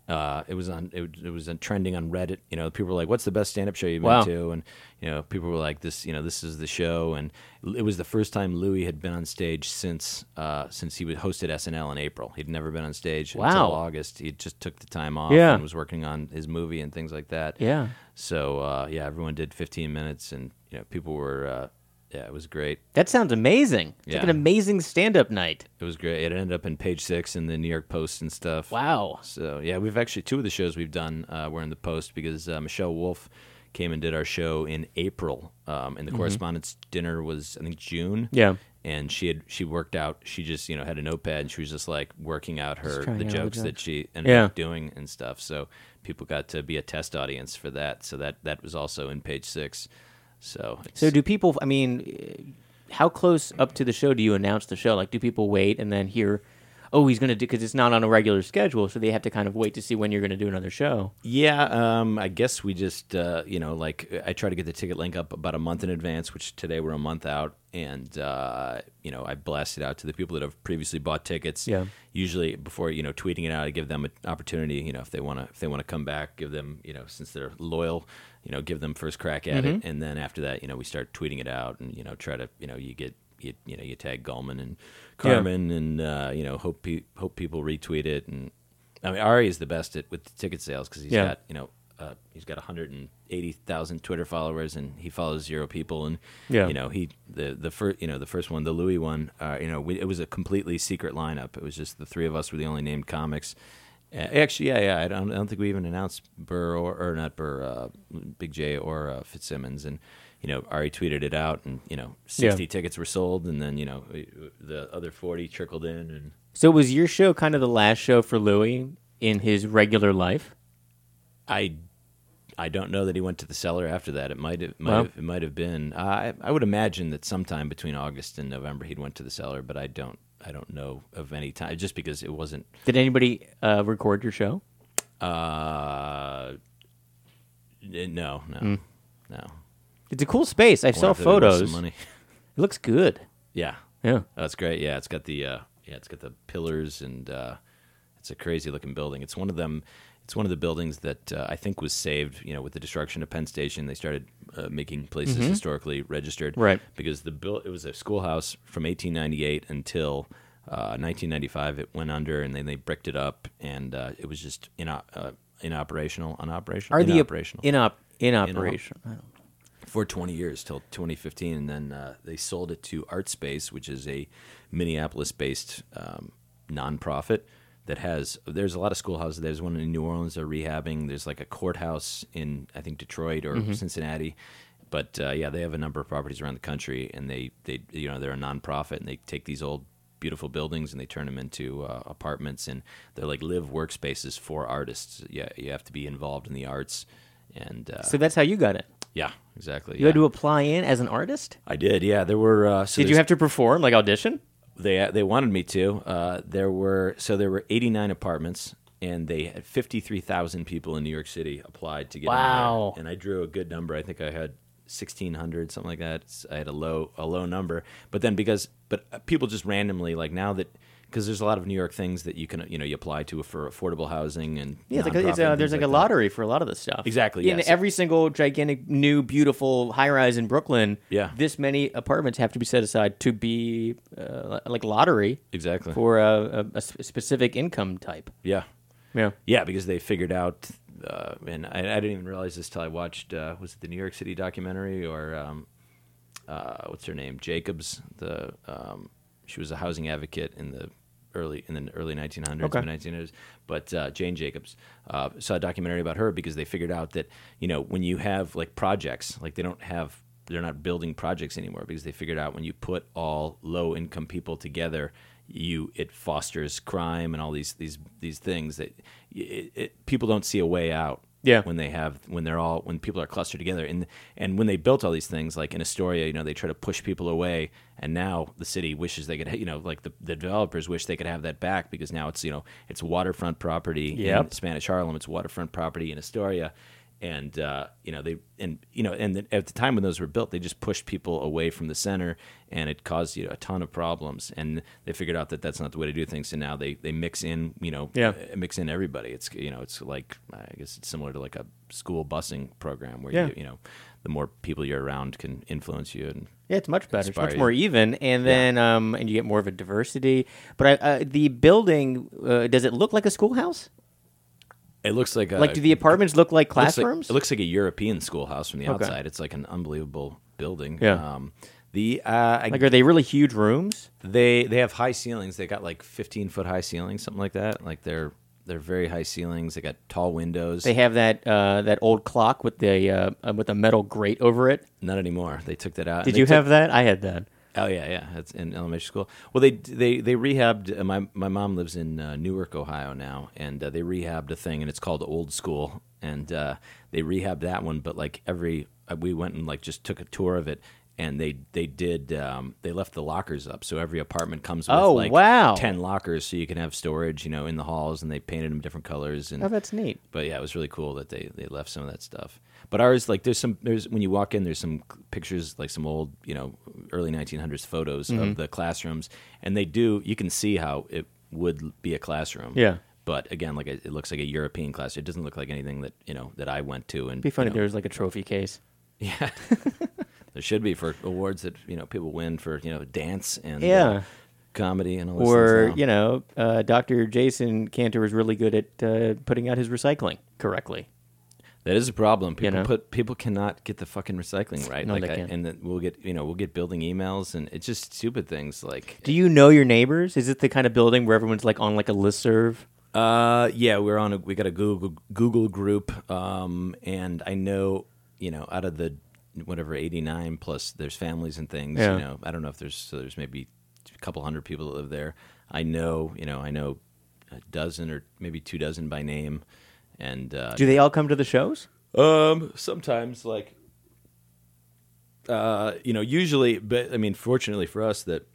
S2: Uh, it was on. It, it was on trending on Reddit. You know, people were like, "What's the best stand-up show you've been
S1: Wow.
S2: to?" and you know people were like this you know this is the show and it was the first time Louis had been on stage since uh, since he was hosted SNL in April he'd never been on stage
S1: Wow.
S2: until August he just took the time off
S1: Yeah.
S2: and was working on his movie and things like that
S1: Yeah.
S2: so uh, yeah everyone did 15 minutes and you know people were uh, yeah it was great
S1: That sounds amazing. It's like
S2: Yeah.
S1: an amazing stand-up night.
S2: it was great it ended up in page six in the New York Post and stuff
S1: Wow.
S2: So yeah, we've actually two of the shows we've done uh, were in the post because uh, Michelle Wolf came and did our show in April, um, and the correspondence dinner was I think June.
S1: Mm-hmm. Yeah.
S2: and she had she worked out. She just you know had a notepad and she was just like working out her
S1: trying
S2: the
S1: out
S2: jokes,
S1: all the
S2: that
S1: jokes.
S2: she ended
S1: Yeah.
S2: up doing and stuff. So people got to be a test audience for that. So that that was also in page six. So it's,
S1: So do people? I mean, uh, how close up to the show do you announce the show? Like, do people wait and then hear? Oh, he's gonna do because it's not on a regular schedule, so they have to kind of wait to see when you're gonna do another show.
S2: Yeah, um, I guess we just uh, you know like I try to get the ticket link up about a month in advance, which today we're a month out, and uh, you know I blast it out to the people that have previously bought tickets.
S1: Yeah.
S2: Usually before you know tweeting it out, I give them an opportunity. You know if they want to if they want to come back, give them you know since they're loyal, you know give them first crack at it, and then after that you know we start tweeting it out and you know try to you know you get. You, you know you tag Gallman and Carmen and uh, you know hope pe- hope people retweet it and I mean, Ari is the best at with the ticket sales because he's
S1: Yeah.
S2: got you know uh, he's got 180,000 Twitter followers and he follows zero people and
S1: Yeah.
S2: you know he the the first you know the first one the Louis one uh, you know we, it was a completely secret lineup it was just the three of us were the only named comics Uh, Actually, yeah, yeah. I don't, I don't think we even announced Burr or, or not Burr, uh, Big J or uh, Fitzsimmons, and you know Ari tweeted it out, and you know sixty
S1: Yeah.
S2: tickets were sold, and then you know the other forty trickled in, and
S1: So was your show kind of the last show for Louis in his regular life?
S2: I I don't know that he went to the cellar after that. It might have, might
S1: Well.
S2: have it might have been. Uh, I I would imagine that sometime between August and November he'd went to the cellar, but I don't I don't know of any time just because it wasn't.
S1: Did anybody uh, record your show?
S2: Uh, n- no, no, no.
S1: It's a cool space. I Hmm. saw
S2: Wonder if there was some
S1: photos. It
S2: Money. (laughs)
S1: looks good.
S2: Yeah,
S1: Yeah.
S2: that's great. Yeah, Oh, it's got the uh, yeah, it's got the pillars and uh, it's a crazy looking building. It's one of them. It's one of the buildings that uh, I think was saved. You know, with the destruction of Penn Station, they started uh, making places historically registered.
S1: Mm-hmm. Right.
S2: Because the bill, it was a schoolhouse from 1898 until. Uh, 1995, it went under, and then they bricked it up, and uh, it was just ino- uh, inoperational, unoperational,
S1: Are the
S2: inoperational
S1: inop inoperation?
S2: for 20 years till 2015 and then uh, they sold it to art space which is a minneapolis based um, nonprofit that has there's a lot of schoolhouses there's one in new orleans they're rehabbing there's like a courthouse in i think detroit or
S1: Mm-hmm.
S2: cincinnati but uh, yeah they have a number of properties around the country and they they you know they're a nonprofit and they take these old beautiful buildings and they turn them into uh, apartments and they're like live workspaces for artists yeah you have to be involved in the arts and uh,
S1: So that's how you got it.
S2: yeah exactly
S1: You had to apply in as an artist.
S2: I did. Yeah, there were. Uh, so
S1: Did you have to perform like audition?
S2: They they wanted me to. Uh, there were so there were 89 apartments, and they had 53,000 people in New York City applied to get. in there.
S1: Wow.
S2: And I drew a good number. I think I had 1,600, something like that. S- I had a low a low number, but then because but uh, people just randomly like now that. Because there's a lot of New York things that you can, you know, you apply to for affordable housing and
S1: Yeah, it's like a, it's
S2: nonprofit
S1: a,
S2: and
S1: there's
S2: things
S1: like a
S2: that.
S1: lottery for a lot of this stuff.
S2: Exactly,
S1: In
S2: yes.
S1: every single gigantic, new, beautiful high rise in Brooklyn,
S2: Yeah.
S1: this many apartments have to be set aside to be uh, like lottery
S2: Exactly.
S1: for a, a, a sp- specific income type.
S2: yeah.
S1: Yeah.
S2: Yeah, because they figured out, uh, and I, I didn't even realize this till I watched. Uh, was it the New York City documentary or um, uh, what's her name, Jacobs? The um, she was a housing advocate in the early in the early 1900s,
S1: Okay.
S2: mid 1900s. But uh, Jane Jacobs uh, saw a documentary about her because they figured out that you know when you have like projects, like they don't have. They're not building projects anymore because they figured out when you put all low-income people together, you it fosters crime and all these these these things that it, it, people don't see a way out
S1: Yeah.
S2: when they have when they're all when people are clustered together and and when they built all these things like in Astoria you know they try to push people away and now the city wishes they could you know like the, the developers wish they could have that back because now it's you know it's waterfront property in
S1: Yep.
S2: Spanish Harlem it's waterfront property in Astoria and uh, you know they and you know and the, at the time when those were built they just pushed people away from the center and it caused you know, a ton of problems and they figured out that that's not the way to do things and now they they mix in you know
S1: Yeah.
S2: uh, mix in everybody. It's you know, it's like I guess it's similar to like a school busing program where
S1: Yeah.
S2: you you know, the more people you're around can influence you and
S1: Yeah, it's much better. it's much
S2: Inspire
S1: more even, and then um, and you get more of a diversity. But I, uh, the building uh, does it look like a schoolhouse?
S2: it looks like a
S1: Like, do the apartments look Uh, like
S2: it looks like-
S1: classrooms?
S2: It looks like a European schoolhouse from the
S1: Okay.
S2: outside. It's like an unbelievable building.
S1: Yeah.
S2: Um, the uh, I,
S1: like, are they really huge rooms?
S2: they they have high ceilings. They got like 15 foot high ceilings, something like that. Like they're they're very high ceilings. They got tall windows.
S1: They have that uh, that old clock with the uh, uh, with a metal grate over it.
S2: Not anymore. They took that out.
S1: Did
S2: They
S1: you
S2: took-
S1: have that? I had that.
S2: Oh yeah, yeah. That's in elementary school. Well, they they they rehabbed. Uh, my my mom lives in uh, Newark, Ohio now, and uh, they rehabbed a thing, and it's called Old School, and uh, they rehabbed that one. But like every, uh, we went and like just took a tour of it, and they they did um, they left the lockers up, so every apartment comes with
S1: Oh,
S2: like
S1: wow.
S2: ten lockers, so you can have storage, you know, in the halls, and they painted them different colors. And
S1: Oh, that's neat.
S2: but yeah, it was really cool that they, they left some of that stuff. But ours, like, there's some there's when you walk in, there's some c- pictures, like some old, you know, early 1900s photos
S1: Mm-hmm.
S2: of the classrooms, and they do you can see how it would be a classroom.
S1: Yeah.
S2: But again, like it, it looks like a European class. It doesn't look like anything that you know that I went to. And
S1: It'd be funny
S2: you
S1: if
S2: know,
S1: there was like a trophy case.
S2: yeah. there should be for awards that you know people win for you know dance and uh,
S1: Yeah.
S2: comedy and all. those
S1: Or,
S2: things now.
S1: you know, uh, Dr. Jason Cantor was really good at uh, putting out his recycling correctly.
S2: That is a problem. People
S1: know?
S2: put people cannot get the fucking recycling right.
S1: No,
S2: like
S1: they
S2: I-
S1: can't.
S2: and then we'll get you know we'll get building emails and it's just stupid things like
S1: Do you know your neighbors? Is it the kind of building where everyone's like on like a listserv?
S2: Uh, yeah, we're on. A, we got a Google Google group, um, and I know you know out of the whatever eighty nine plus, there's families and things.
S1: Yeah.
S2: You know, I don't know if there's so there's maybe a couple hundred people that live there. I know, you know, I know a dozen or maybe two dozen by name, and uh,
S1: Do they all come to the shows?
S2: um, sometimes like, uh, you know, usually, but I mean, fortunately for us that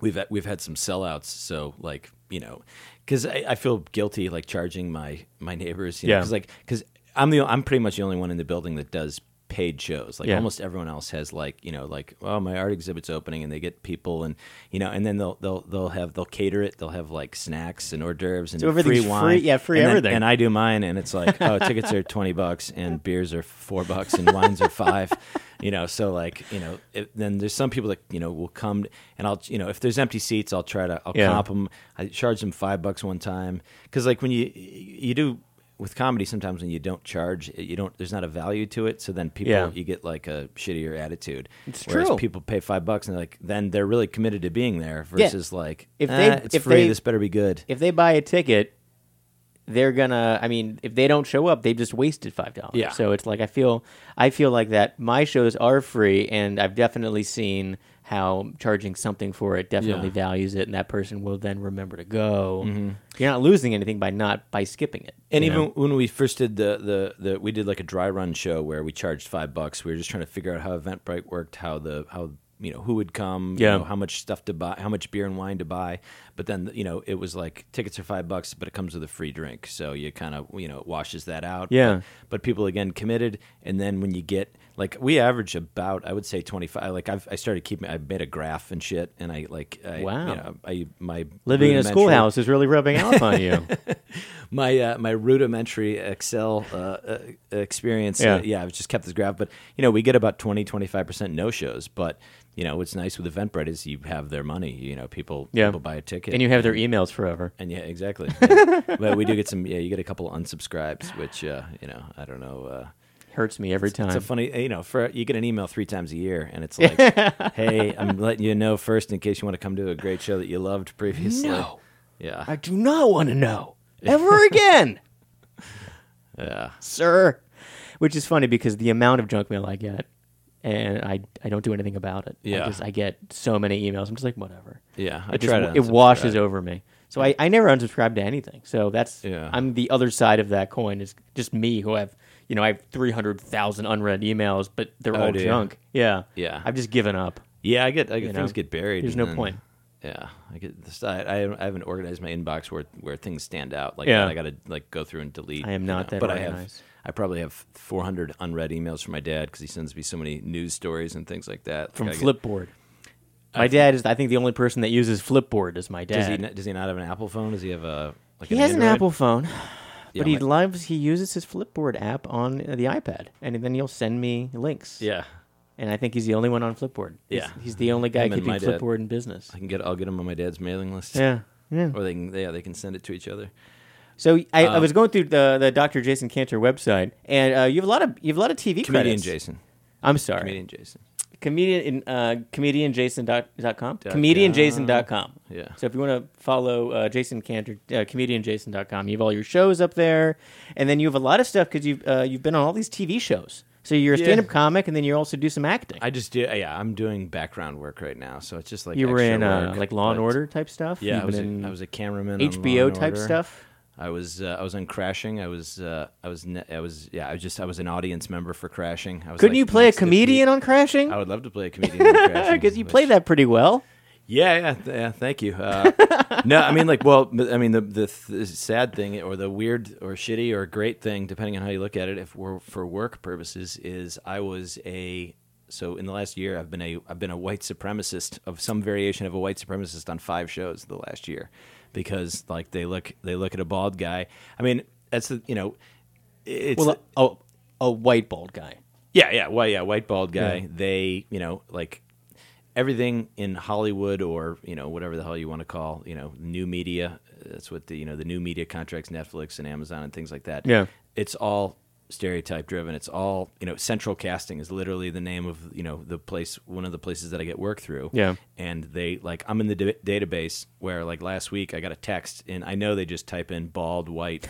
S2: we've had, we've had some sellouts. So like, you know, cause I, I feel guilty like charging my, my neighbors, you know,
S1: Yeah.
S2: cause like, cause I'm the, I'm pretty much the only one in the building that does paid shows. Like
S1: Yeah.
S2: almost everyone else has like, you know, like, oh, my art exhibit's opening and they get people and, you know, and then they'll, they'll, they'll have, they'll cater it. They'll have like snacks and hors d'oeuvres and
S1: So everything's
S2: free
S1: free-
S2: wine.
S1: yeah, free
S2: And then-
S1: everything.
S2: and I do mine, and it's like, oh, tickets are twenty bucks, and beers are four bucks, and wines are five. (laughs) You know, so like, you know, it, then there's some people that you know will come, and I'll, you know, if there's empty seats, I'll try to, I'll
S1: Yeah.
S2: comp them. I charge them five bucks one time because like when you you do with comedy sometimes when you don't charge eh, you don't there's not a value to it so then people
S1: Yeah.
S2: you get like a shittier attitude
S1: It's
S2: Whereas
S1: true.
S2: people pay five bucks and they're like then they're really committed to being there versus like
S1: If
S2: if
S1: they-
S2: it's
S1: if
S2: free
S1: they-
S2: this better be good
S1: If they buy a ticket, they're gonna. I mean, if they don't show up, they've just wasted five dollars.
S2: Yeah.
S1: So it's like I feel. I feel like that. My shows are free, and I've definitely seen how charging something for it definitely
S2: Yeah.
S1: values it, and that person will then remember to go. You're not losing anything by not by skipping it.
S2: And
S1: you
S2: even
S1: know?
S2: when we first did the, the the we did like a dry run show where we charged five bucks. We were just trying to figure out how Eventbrite worked, how the how you know who would come, you
S1: Yeah.
S2: know, how much stuff to buy, how much beer and wine to buy. But then you know it was like tickets are five bucks, but it comes with a free drink, so you kind of you know it washes that out.
S1: Yeah.
S2: But, but people again committed, and then when you get like we average about I would say twenty five. Like I've I started keeping I made a graph and shit, and I like I,
S1: Wow.
S2: you know, I my
S1: living in a
S2: rudimentary-
S1: schoolhouse is really rubbing off on you.
S2: my uh, my rudimentary Excel uh, uh, experience.
S1: Yeah.
S2: Yeah. Uh, yeah, I've just kept this graph, but you know, we get about 20 25% no shows, but you know, what's nice with Eventbrite is you have their money, you know, people
S1: Yeah.
S2: people buy a ticket.
S1: and you have their emails forever.
S2: and yeah, exactly. (laughs) Yeah. but we do get some yeah, you get a couple unsubscribes, which uh, you know, I don't know uh
S1: Hurts me every time.
S2: it's a funny, you know, for you get an email three times a year,
S1: (laughs)
S2: and it's like, "Hey, I'm letting you know first in case you want to come to a great show that you loved previously."
S1: No.
S2: yeah,
S1: I do not want to know ever again,
S2: yeah.
S1: sir. Which is funny because the amount of junk mail I get, and I I don't do anything about it. I,
S2: Yeah.
S1: just, I get so many emails. I'm just like whatever.
S2: Yeah, I
S1: it
S2: try to
S1: it
S2: unsubscribe.
S1: washes over me. So I, I never unsubscribe to anything. So that's
S2: Yeah.
S1: I'm the other side of that coin is just me who have you know I have three hundred thousand unread emails, but they're
S2: Oh,
S1: all
S2: do you?
S1: junk. Yeah,
S2: Yeah.
S1: I've just given up.
S2: Yeah, I get, I get
S1: know?
S2: things get buried.
S1: There's
S2: and
S1: no
S2: then-
S1: point.
S2: Yeah, I get this. I, I I haven't organized my inbox where where things stand out. Like
S1: Yeah.
S2: I got to like go through and delete.
S1: I am
S2: you
S1: not that
S2: but I have
S1: organized.
S2: I probably have 400 unread emails from my dad because he sends me so many news stories and things like that. Like,
S1: from
S2: I get-
S1: Flipboard. My dad is, I think, the only person that uses Flipboard is my dad.
S2: does he n- does he not have an Apple phone? Does he have a like
S1: He
S2: an
S1: has an
S2: Android?
S1: Apple phone,
S2: Yeah,
S1: but he
S2: my-
S1: loves, he uses his Flipboard app on the iPad, and then he'll send me links.
S2: Yeah,
S1: And I think he's the only one on Flipboard. He's-
S2: Yeah.
S1: He's, the only guy
S2: Him and
S1: keeping
S2: my dad.
S1: Flipboard in business.
S2: I can get I'll get him on my dad's mailing list.
S1: Yeah. Yeah.
S2: or they can yeah they can send it to each other.
S1: So I,
S2: Um,
S1: I was going through the, the Dr. Jason Cantor website, and uh, you have a lot of you have a lot of TV
S2: Comedian
S1: credits.
S2: Jason.
S1: I'm sorry,
S2: Comedian Jason.
S1: comedian in uh, comedianjason.com
S2: Dot
S1: comedianjason.com
S2: Yeah.
S1: so if you want to follow uh, jason cantor uh, comedianjason.com you have all your shows up there and then you have a lot of stuff because you've uh, you've been on all these tv shows so you're a
S2: Yeah.
S1: stand-up comic and then you also do some acting
S2: I just do yeah. I'm doing background work right now, so it's just like
S1: you were
S2: extra
S1: in uh,
S2: work,
S1: like law and
S2: but-
S1: order type stuff
S2: Yeah,
S1: You've
S2: I was,
S1: been
S2: a, I was a cameraman. on Law
S1: hbo
S2: and
S1: type
S2: Order.
S1: stuff
S2: I was uh, I was on Crashing. I was uh, I was ne- I was yeah. I was just I was an audience member for Crashing. I was
S1: couldn't
S2: like,
S1: you play a
S2: next to
S1: comedian on
S2: Pete.
S1: crashing
S2: I would love to play a
S1: (laughs)
S2: comedian on Crashing
S1: because you
S2: but-
S1: play that pretty well
S2: Yeah, yeah, th- yeah. Thank you. Uh, no, I mean like well, but, I mean the, the th- the sad thing or the weird or shitty or great thing, depending on how you look at it, if we're for work purposes, is I was a so in the last year I've been a I've been a white supremacist of some variation of a white supremacist on five shows the last year because like they look they look at a bald guy. I mean that's the you know it's
S1: well oh, a white bald guy
S2: yeah, yeah, well, yeah, white bald guy.
S1: Yeah.
S2: They, you know, like everything in Hollywood or you know whatever the hell you want to call you know new media. That's what the you know the new media contracts, Netflix and Amazon and things like that.
S1: Yeah.
S2: it's all stereotype driven. It's all you know. Central Casting is literally the name of you know the place, one of the places that I get work through.
S1: Yeah.
S2: And they like I'm in the d- database where like last week I got a text and I know they just type in
S1: (laughs)
S2: bald white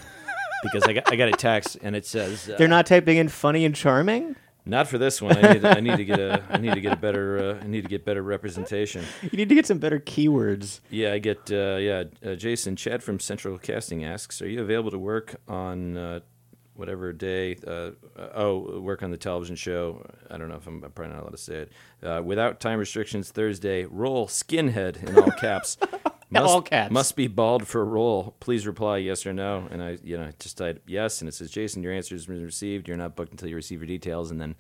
S2: because I got I got a text and it says uh,
S1: They're not typing in funny and charming.
S2: not for this one. I need, I need to get a I need to get a better uh, I need to get better representation.
S1: You need to get some better keywords.
S2: Yeah, I get. Uh, yeah, uh, Jason Chad from Central Casting asks, "Are you available to work on uh, whatever day? Uh, uh, oh, work on the television show. I don't know if I'm, I'm probably not allowed to say it. Uh, without time restrictions, Thursday. Roll skinhead in all caps. Must,
S1: (laughs) All caps.
S2: Must be bald for role. Please reply yes or no. And I, you know, just type yes, and it says, Jason, your answer has been received. You're not booked until you receive your details. And then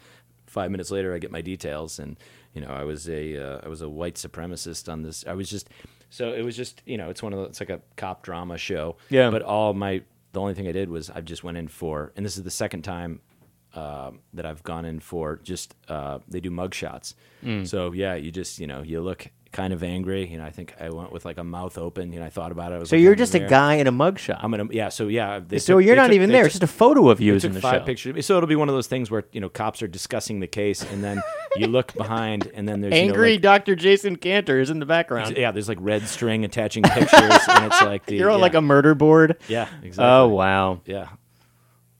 S2: five minutes later, I get my details, and you know, I was a, uh, I was a white supremacist on this. I was just, so it was just, you know, it's one of the, it's like a cop drama show.
S1: Yeah.
S2: But all my, the only thing I did was I just went in for, and this is the second time um, that I've gone in for just uh, they do mug shots.
S1: Mm.
S2: So yeah, you just you know you look kind of angry. You know, I think I went with like a mouth open. You know, I thought about it. I was
S1: So
S2: looking
S1: you're
S2: in the
S1: just a
S2: mirror.
S1: guy in a mugshot.
S2: I'm gonna yeah. So yeah. They
S1: so
S2: took-
S1: you're
S2: they
S1: not
S2: took-
S1: even
S2: they
S1: there.
S2: took-
S1: it's just a photo of you
S2: they
S1: is in
S2: took
S1: the
S2: five
S1: show.
S2: pictures. So it'll be one of those things where you know cops are discussing the case, and then you look behind, and then there's you know,
S1: Angry
S2: like-
S1: Dr. Jason Cantor is in the background.
S2: yeah, there's like red string attaching pictures, and it's like the,
S1: You're on
S2: yeah.
S1: like a murder board.
S2: yeah exactly
S1: Oh wow.
S2: yeah.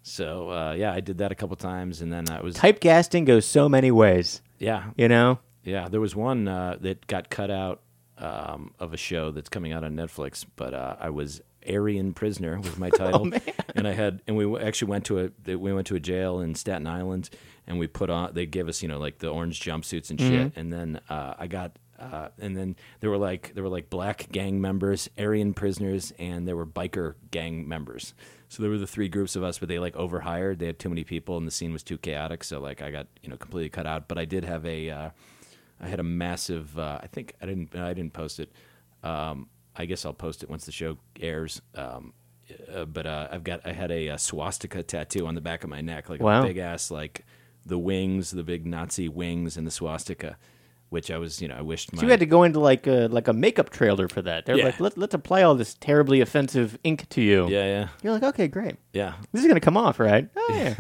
S2: So uh, yeah, I did that a couple times, and then I was
S1: Typecasting goes so many ways.
S2: yeah
S1: You know.
S2: Yeah, there was one uh, that got cut out um, of a show that's coming out on Netflix, but uh, I was Aryan prisoner was my title, and I had and we w- actually went to a they- we went to a jail in Staten Island, and we put on they gave us you know like the orange jumpsuits and shit, and then uh, I got. Uh, and then there were like there were like black gang members, Aryan prisoners, and there were biker gang members. So there were the three groups of us, but they like overhired. They had too many people, and the scene was too chaotic. So like I got you know completely cut out. But I did have a uh, I had a massive. Uh, I think I didn't. I didn't post it. Um, I guess I'll post it once the show airs. Um, uh, but uh, I've got. I had a, uh swastika tattoo on the back of my neck, like
S1: Wow.
S2: a big ass, like the wings, the big Nazi wings, and the swastika, which I was. You know, I wished my.
S1: So you had to go into like a like a makeup trailer for that. They're
S2: Yeah.
S1: like, Let, let's apply all this terribly offensive ink to you.
S2: yeah, yeah,
S1: You're like, okay, great.
S2: yeah.
S1: This is gonna come off, right? Oh,
S2: (laughs)
S1: yeah.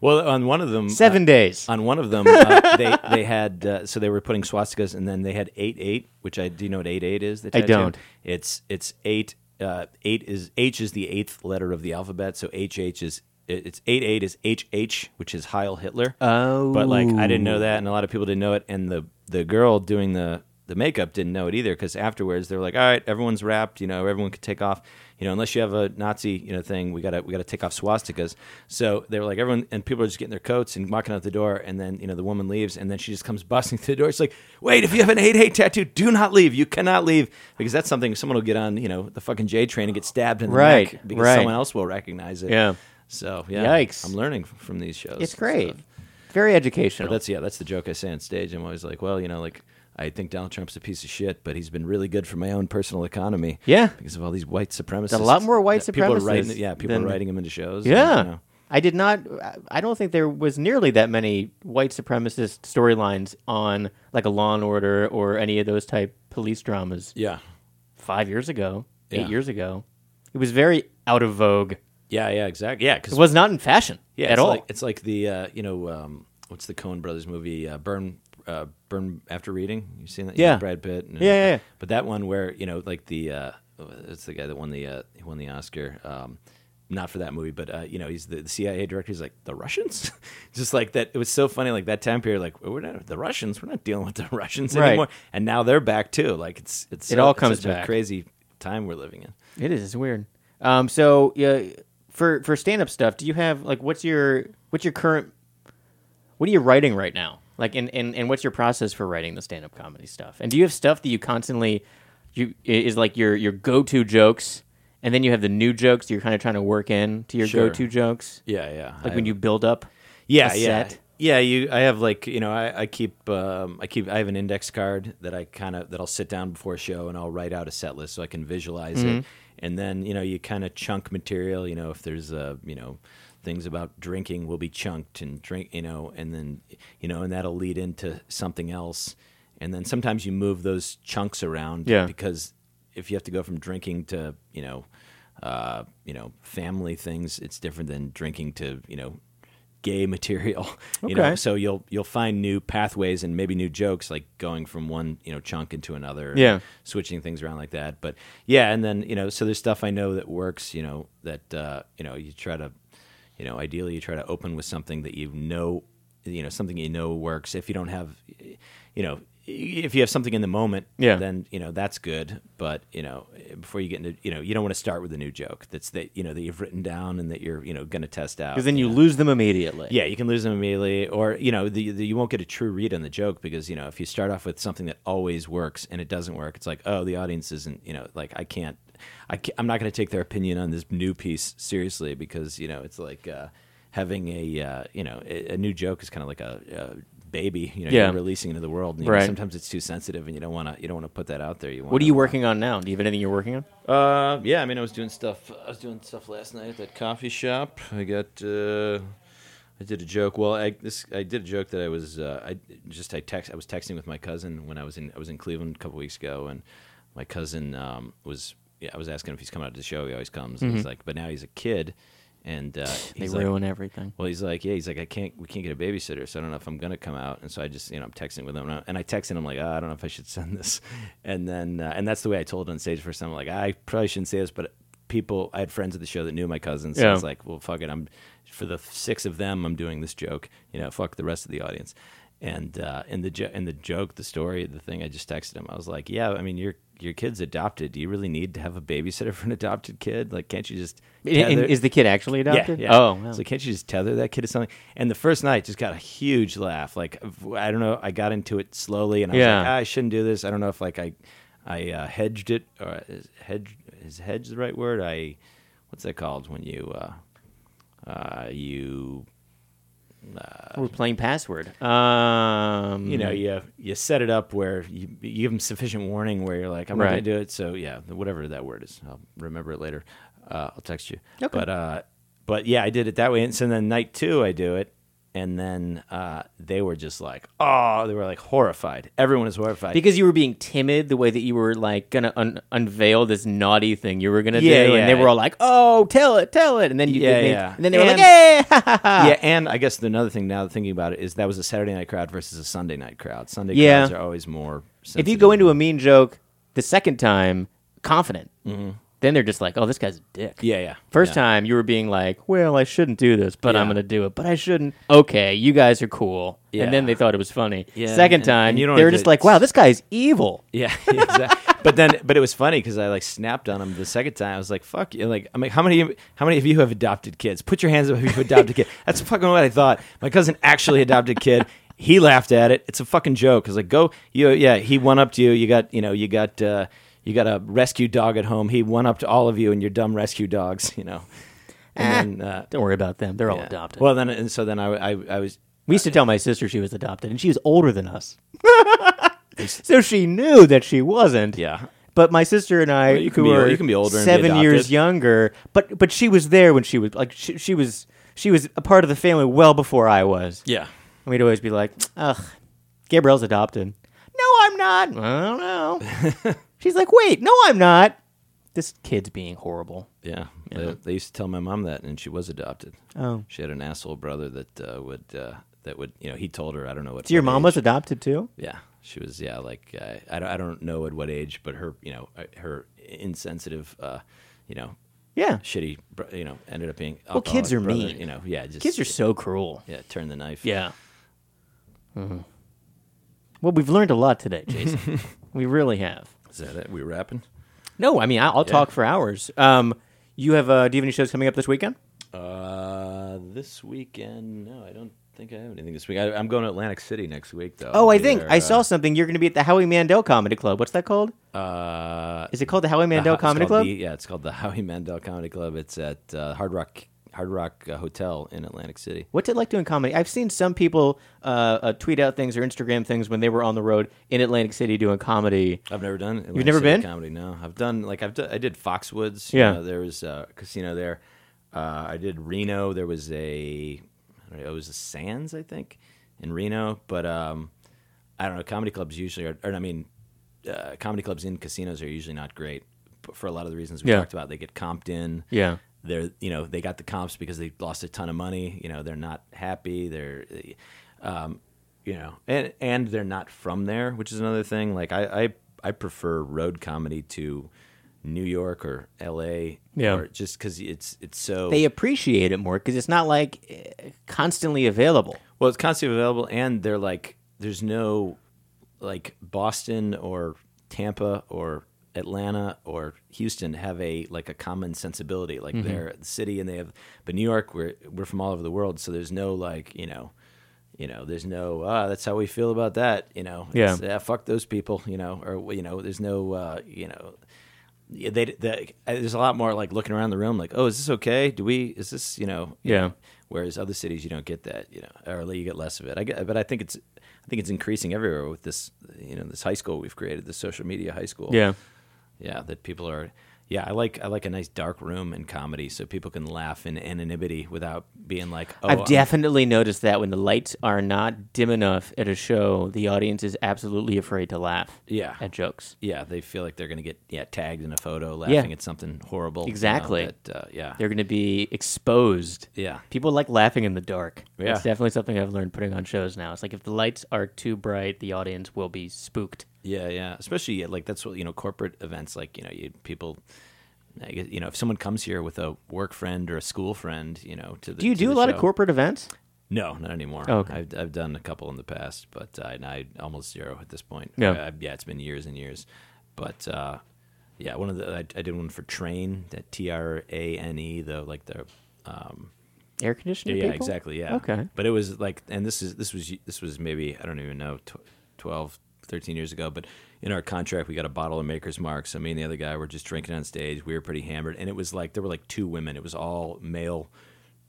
S2: Well, on one of them,
S1: Seven days.
S2: on one of
S1: (laughs)
S2: them, uh, they they had uh, so they were putting swastikas, and then they had eight eight, which I do you know what eight eight is? The
S1: I
S2: tattoo?
S1: don't.
S2: It's it's eight. Uh, eight is H is the eighth letter of the alphabet, so H H is it- it's eight eight is H H, which is Heil Hitler.
S1: Oh.
S2: but like I didn't know that, and a lot of people didn't know it, and the the girl doing the the makeup didn't know it either because afterwards they were like, all right, everyone's wrapped, you know, everyone could take off, you know, unless you have a Nazi, you know, thing, we gotta we gotta take off swastikas. So they were like, everyone, and people are just getting their coats and walking out the door, and then you know the woman leaves, and then she just comes (laughs) busting through the door. She's like, wait, if you have an eight eight tattoo, do not leave, you cannot leave because that's something someone will get on, you know, the fucking J train and get stabbed in the
S1: Right,
S2: neck because
S1: right.
S2: someone else will recognize it.
S1: Yeah.
S2: So yeah,
S1: Yikes.
S2: I'm learning f- from these shows.
S1: It's
S2: and
S1: great.
S2: stuff.
S1: Very educational.
S2: That's yeah, that's the joke I say on stage. I'm always like, well, you know, like I think Donald Trump's a piece of shit, but he's been really good for my own personal economy.
S1: Yeah.
S2: because of all these white supremacists.
S1: There's a lot more white
S2: that People are
S1: supremacists
S2: writing, yeah, people
S1: than-
S2: are writing him into shows. and,
S1: Yeah.
S2: you know.
S1: I did not. I don't think there was nearly that many white supremacist storylines on like a Law and Order or any of those type police dramas
S2: yeah,
S1: five years ago, eight
S2: Yeah.
S1: years ago. It was very out of vogue.
S2: yeah, yeah, exactly. Yeah, because
S1: It was not in fashion
S2: yeah,
S1: at
S2: it's
S1: all.
S2: Like, it's like the uh, you know um, what's the Coen Brothers movie uh, Burn. Uh, burn after reading. You seen that?
S1: Yeah.
S2: Brad Pitt. And, uh,
S1: Yeah, yeah, yeah.
S2: But that one where you know, like the uh, it's the guy that won the uh, he won the Oscar. Um, not for that movie, but uh, you know, he's the, the CIA director. He's like the Russians, (laughs) just like that. It was so funny, like that time period. Like we're not the Russians. We're not dealing with the (laughs) Russians
S1: Right.
S2: anymore. And now they're back too. Like it's it's
S1: It
S2: so-
S1: all
S2: it's
S1: comes
S2: such a
S1: back.
S2: crazy time we're living in.
S1: It is. It's weird. Um. So yeah, for for stand up stuff, do you have like what's your what's your current what are you writing right now? Like, and and, and what's your process for writing the stand up comedy stuff? And do you have stuff that you constantly you i- is like your your go to jokes, and then you have the new jokes that you're kind of trying to work in to your
S2: Sure.
S1: go to jokes,
S2: Yeah, yeah.
S1: like
S2: I-
S1: when you build up.
S2: yeah,
S1: a
S2: yeah,
S1: set.
S2: yeah. You, I have like you know, I, I keep, um, I keep, I have an index card that I kind of that I'll sit down before a show and I'll write out a set list so I can visualize
S1: Mm-hmm.
S2: it, and then you know you kind of chunk material. You know if there's uh, you know things about drinking will be chunked and drink you know and then you know and that'll lead into something else, and then sometimes you move those chunks around
S1: Yeah.
S2: because if you have to go from drinking to you know uh, you know family things, it's different than drinking to you know gay (laughs) material. You
S1: Okay.
S2: know, so you'll you'll find new pathways and maybe new jokes, like going from one you know chunk into another.
S1: Yeah.
S2: switching things around like that. But yeah, and then you know, so there's stuff I know that works. You know that uh, you know you try to, you know, ideally you try to open with something that you know, you know, something you know works. If you don't have, you know. If you have something in the moment,
S1: Yeah.
S2: then you know that's good. But you know, before you get into, you know, you don't want to start with a new joke that's that you know that you've written down and that you're you know going to test out.
S1: Because then you lose them immediately.
S2: Yeah, you can lose them immediately, or you know, the, the, you won't get a true read on the joke because you know if you start off with something that always works and it doesn't work, it's like oh the audience isn't you know like I can't, I can't I'm not going to take their opinion on this new piece seriously because you know it's like uh, having a uh, you know a, a new joke is kind of like a, a baby you know
S1: Yeah.
S2: you're releasing into the world and you know,
S1: Right.
S2: sometimes it's too sensitive and you don't want to you don't want to put that out there. You want
S1: What are you working on now? Do you have anything you're working on?
S2: uh, yeah, I mean, I was doing stuff. I was doing stuff last night at that coffee shop. I got. Uh, I did a joke. Well, I this I did a joke that I was. Uh, I just I text. I was texting with my cousin when I was in. I was in Cleveland a couple weeks ago, and my cousin um, was. Yeah, I was asking if he's coming out to the show. He always comes. And he's like, but now he's a kid, and uh,
S1: They
S2: he's like,
S1: ruin everything.
S2: well, he's like, yeah, he's like, I can't, we can't get a babysitter, so I don't know if I'm gonna come out. And so I just, you know, I'm texting with him, and I- and I texted him like, oh, I don't know if I should send this, (laughs) and then, uh, and that's the way I told it on stage first time. Like, "Ah, I probably shouldn't say this, but people, I had friends at the show that knew my cousins, so
S1: Yeah.
S2: I was like, well, fuck it, I'm, for the six of them, I'm doing this joke, you know, fuck the rest of the audience, and uh, in the jo- in the joke, the story, the thing, I just texted him. I was like, yeah, I mean, your Your kid's adopted. Do you really need to have a babysitter (laughs) for an adopted kid? Like, can't you just?
S1: And- and
S2: tether-
S1: is the kid actually adopted?
S2: yeah, yeah.
S1: Oh, wow.
S2: So can't you just tether that kid to something? And the first night just got a huge laugh. Like I don't know, I got into it slowly, and I was
S1: Yeah.
S2: like, ah, I shouldn't do this. I don't know if like I, I uh, hedged it or is hedge is hedge the right word? I, what's that called when you, uh, uh, you
S1: We're playing password. Um,
S2: you know you you set it up where you, you give them sufficient warning where you're like i'm not
S1: Right.
S2: going to do it so yeah whatever that word is i'll remember it later uh, i'll text you
S1: Okay.
S2: but uh but yeah i did it that way and so then night two i do it and then uh, they were just like oh they were like horrified everyone is horrified
S1: because you were being timid, the way that you were like gonna un- unveil this naughty thing you were gonna
S2: Yeah,
S1: do,
S2: yeah.
S1: and they were all like, "Oh, tell it, tell it," and then you,
S2: Yeah,
S1: and they,
S2: yeah.
S1: and then they were
S2: And-
S1: like, "Yeah, ha, ha, ha."
S2: yeah, and I guess another thing now thinking about it is that was a Saturday night crowd versus a Sunday night crowd. Sunday
S1: Yeah.
S2: crowds are always more.
S1: (laughs) If
S2: Sensitive.
S1: you go into a mean joke the second time, confident, then they're just like, "Oh, this guy's a dick."
S2: Mm-hmm. yeah, yeah,
S1: First
S2: yeah.
S1: time you were being like, "Well, I shouldn't do this, but I'm
S2: Yeah.
S1: gonna do it, but I shouldn't." Okay, you guys are cool, and then
S2: Yeah.
S1: they thought it was funny.
S2: Yeah,
S1: Second
S2: and-
S1: time,
S2: and you don't
S1: they were
S2: wanna
S1: just
S2: do-
S1: like, "Wow, this guy's evil."
S2: Yeah, (laughs) exactly. but then, but it was funny because I like snapped on him the second time. I was like, "Fuck you!" Like, I'm like, "How many, how many of you have adopted kids? Put your hands up if you've adopted a kid." That's fucking what I thought. My cousin actually adopted a kid. He laughed at it. It's a fucking joke. It's like, go, you, yeah. He went up to you. You got, you know, you got, uh, you got a rescue dog at home. He went up to all of you and your dumb rescue dogs. You know, and then, uh,
S1: Don't worry about them; they're Eh. all
S2: yeah.
S1: adopted.
S2: Well, then, and so then I, I, I was.
S1: we used to tell my sister she was adopted, and she was older than
S2: (laughs)
S1: us, so she knew that she wasn't.
S2: Yeah.
S1: But my sister and I,
S2: you can
S1: who
S2: be-
S1: are
S2: you can be older and be
S1: seven years
S2: adopted.
S1: younger, but but she was there when she was like she, she was she was a part of the family well before I was.
S2: Yeah.
S1: And we'd always be like, ugh, Gabrielle's adopted. No, I'm not. I don't know.
S2: (laughs)
S1: She's like, wait, no, I'm not. This kid's being horrible.
S2: Yeah, They, they used to tell my mom that, and she was adopted.
S1: Oh.
S2: she had an asshole brother that uh, would uh, that would you know he told her I don't know what.
S1: So your
S2: what
S1: mom
S2: age-
S1: was adopted too?
S2: Yeah, she was yeah like uh, I don't I don't know at what age, but her you know uh, her insensitive uh, you know
S1: Yeah.
S2: shitty bro- you know ended up being
S1: Well, kids
S2: alcoholic
S1: are
S2: brother,
S1: mean.
S2: you know yeah just
S1: Kids are so cruel.
S2: yeah turn the knife
S1: Yeah. Mhm. Well, we've learned a lot today, Jason. (laughs) we really have.
S2: is that it we rapping
S1: No, I mean, I- I'll talk for hours. Um, you have, uh, do you have any shows coming up this weekend?
S2: uh this weekend no I don't think I have anything this week I, I'm going to Atlantic City next week though
S1: Oh,
S2: I'll
S1: I
S2: be
S1: think
S2: there,
S1: I
S2: uh,
S1: saw something. You're going to be at the Howie Mandel Comedy Club. What's that called?
S2: uh
S1: Is it called the Howie Mandel
S2: Ho- it's
S1: Comedy
S2: called
S1: Club?
S2: the- yeah, it's called the (laughs) Howie Mandel Comedy Club. It's at uh, Hard Rock Hard Rock uh, Hotel in Atlantic City.
S1: What's it like doing comedy? I've seen some people uh, uh, tweet out things or Instagram things when they were on the road in Atlantic City doing comedy.
S2: I've never done. Atlantic
S1: never
S2: City
S1: been?
S2: comedy. No, I've done like I've done, I did Foxwoods.
S1: Yeah.
S2: you know, there was a casino there. Uh, I did Reno. There was a I don't know, it was the Sands I think in Reno, but um, I don't know. Comedy clubs usually are, or I mean, uh, comedy clubs in casinos are usually not great but for a lot of the reasons we
S1: Yeah.
S2: talked about. They get comped in.
S1: Yeah.
S2: they're you know they got the comps because they lost a ton of money. You know they're not happy. They're um, you know and and they're not from there, which is another thing. Like I I, I prefer road comedy to New York or L.A.
S1: Yeah.
S2: or just because it's it's so
S1: They appreciate it more because it's not like eh, constantly available.
S2: Well, it's constantly available, and they're like, there's no like Boston or Tampa or Atlanta or Houston have a like a common sensibility. Like
S1: Mm-hmm.
S2: they're the city, and they have, but New York, we're we're from all over the world, so there's no like you know, you know, there's no ah, that's how we feel about that. You know,
S1: Yeah.
S2: It's, "Ah, fuck those people. You know, or you know, there's no uh, you know. Yeah, they, they, there's a lot more like looking around the room, like, oh, is this okay? Do we? Is this you know?
S1: Yeah.
S2: Whereas other cities, you don't get that, you know, or you get less of it. I get, but I think it's, I think it's increasing everywhere with this, you know, this high school we've created, this social media high school. yeah, that people are. Yeah, I like I like a nice dark room in comedy, so people can laugh in anonymity without being like, oh,
S1: I've
S2: I'm-
S1: definitely noticed that when the lights are not dim enough at a show, the audience is absolutely afraid to laugh
S2: yeah,
S1: at jokes.
S2: yeah, they feel like they're gonna get yeah tagged in a photo, laughing at something horrible. you know,
S1: Exactly.
S2: that, uh, yeah,
S1: They're going to be exposed.
S2: yeah,
S1: People like laughing in the dark.
S2: Yeah.
S1: It's definitely something I've learned putting on shows now. It's like if the lights are too bright, the audience will be spooked.
S2: Yeah, yeah. Especially yeah, like that's what you know. Corporate events, like you know, you people. I guess, you know, if someone comes here with a work friend or a school friend, you know, to the
S1: Do you
S2: to
S1: do
S2: the
S1: a lot of
S2: show-
S1: corporate events?
S2: No, not anymore.
S1: Oh, okay.
S2: I've I've done a couple in the past, but I, I almost zero at this point.
S1: Yeah.
S2: I- I- yeah, it's been years and years, but uh, yeah, one of the I, I did one for Train, that T R A N E, though, like the um,
S1: Air conditioning?
S2: yeah,
S1: people?
S2: exactly. Yeah.
S1: Okay.
S2: But it was like, and this is, this was, this was maybe, I don't even know, tw- 12, 13 years ago, but in our contract, we got a bottle of Maker's Mark. So me and the other guy were just drinking on stage. We were pretty hammered. And it was like, there were like two women. It was all male,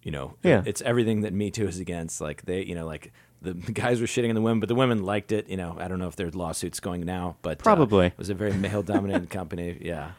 S2: you know.
S1: Yeah.
S2: It's everything that Me Too is against. Like they, you know, like the (laughs) guys were shitting on the women, but the women liked it. You know, I don't know if there's lawsuits going now, but uh,
S1: Probably.
S2: it was a very
S1: (laughs)
S2: male dominated company. Yeah.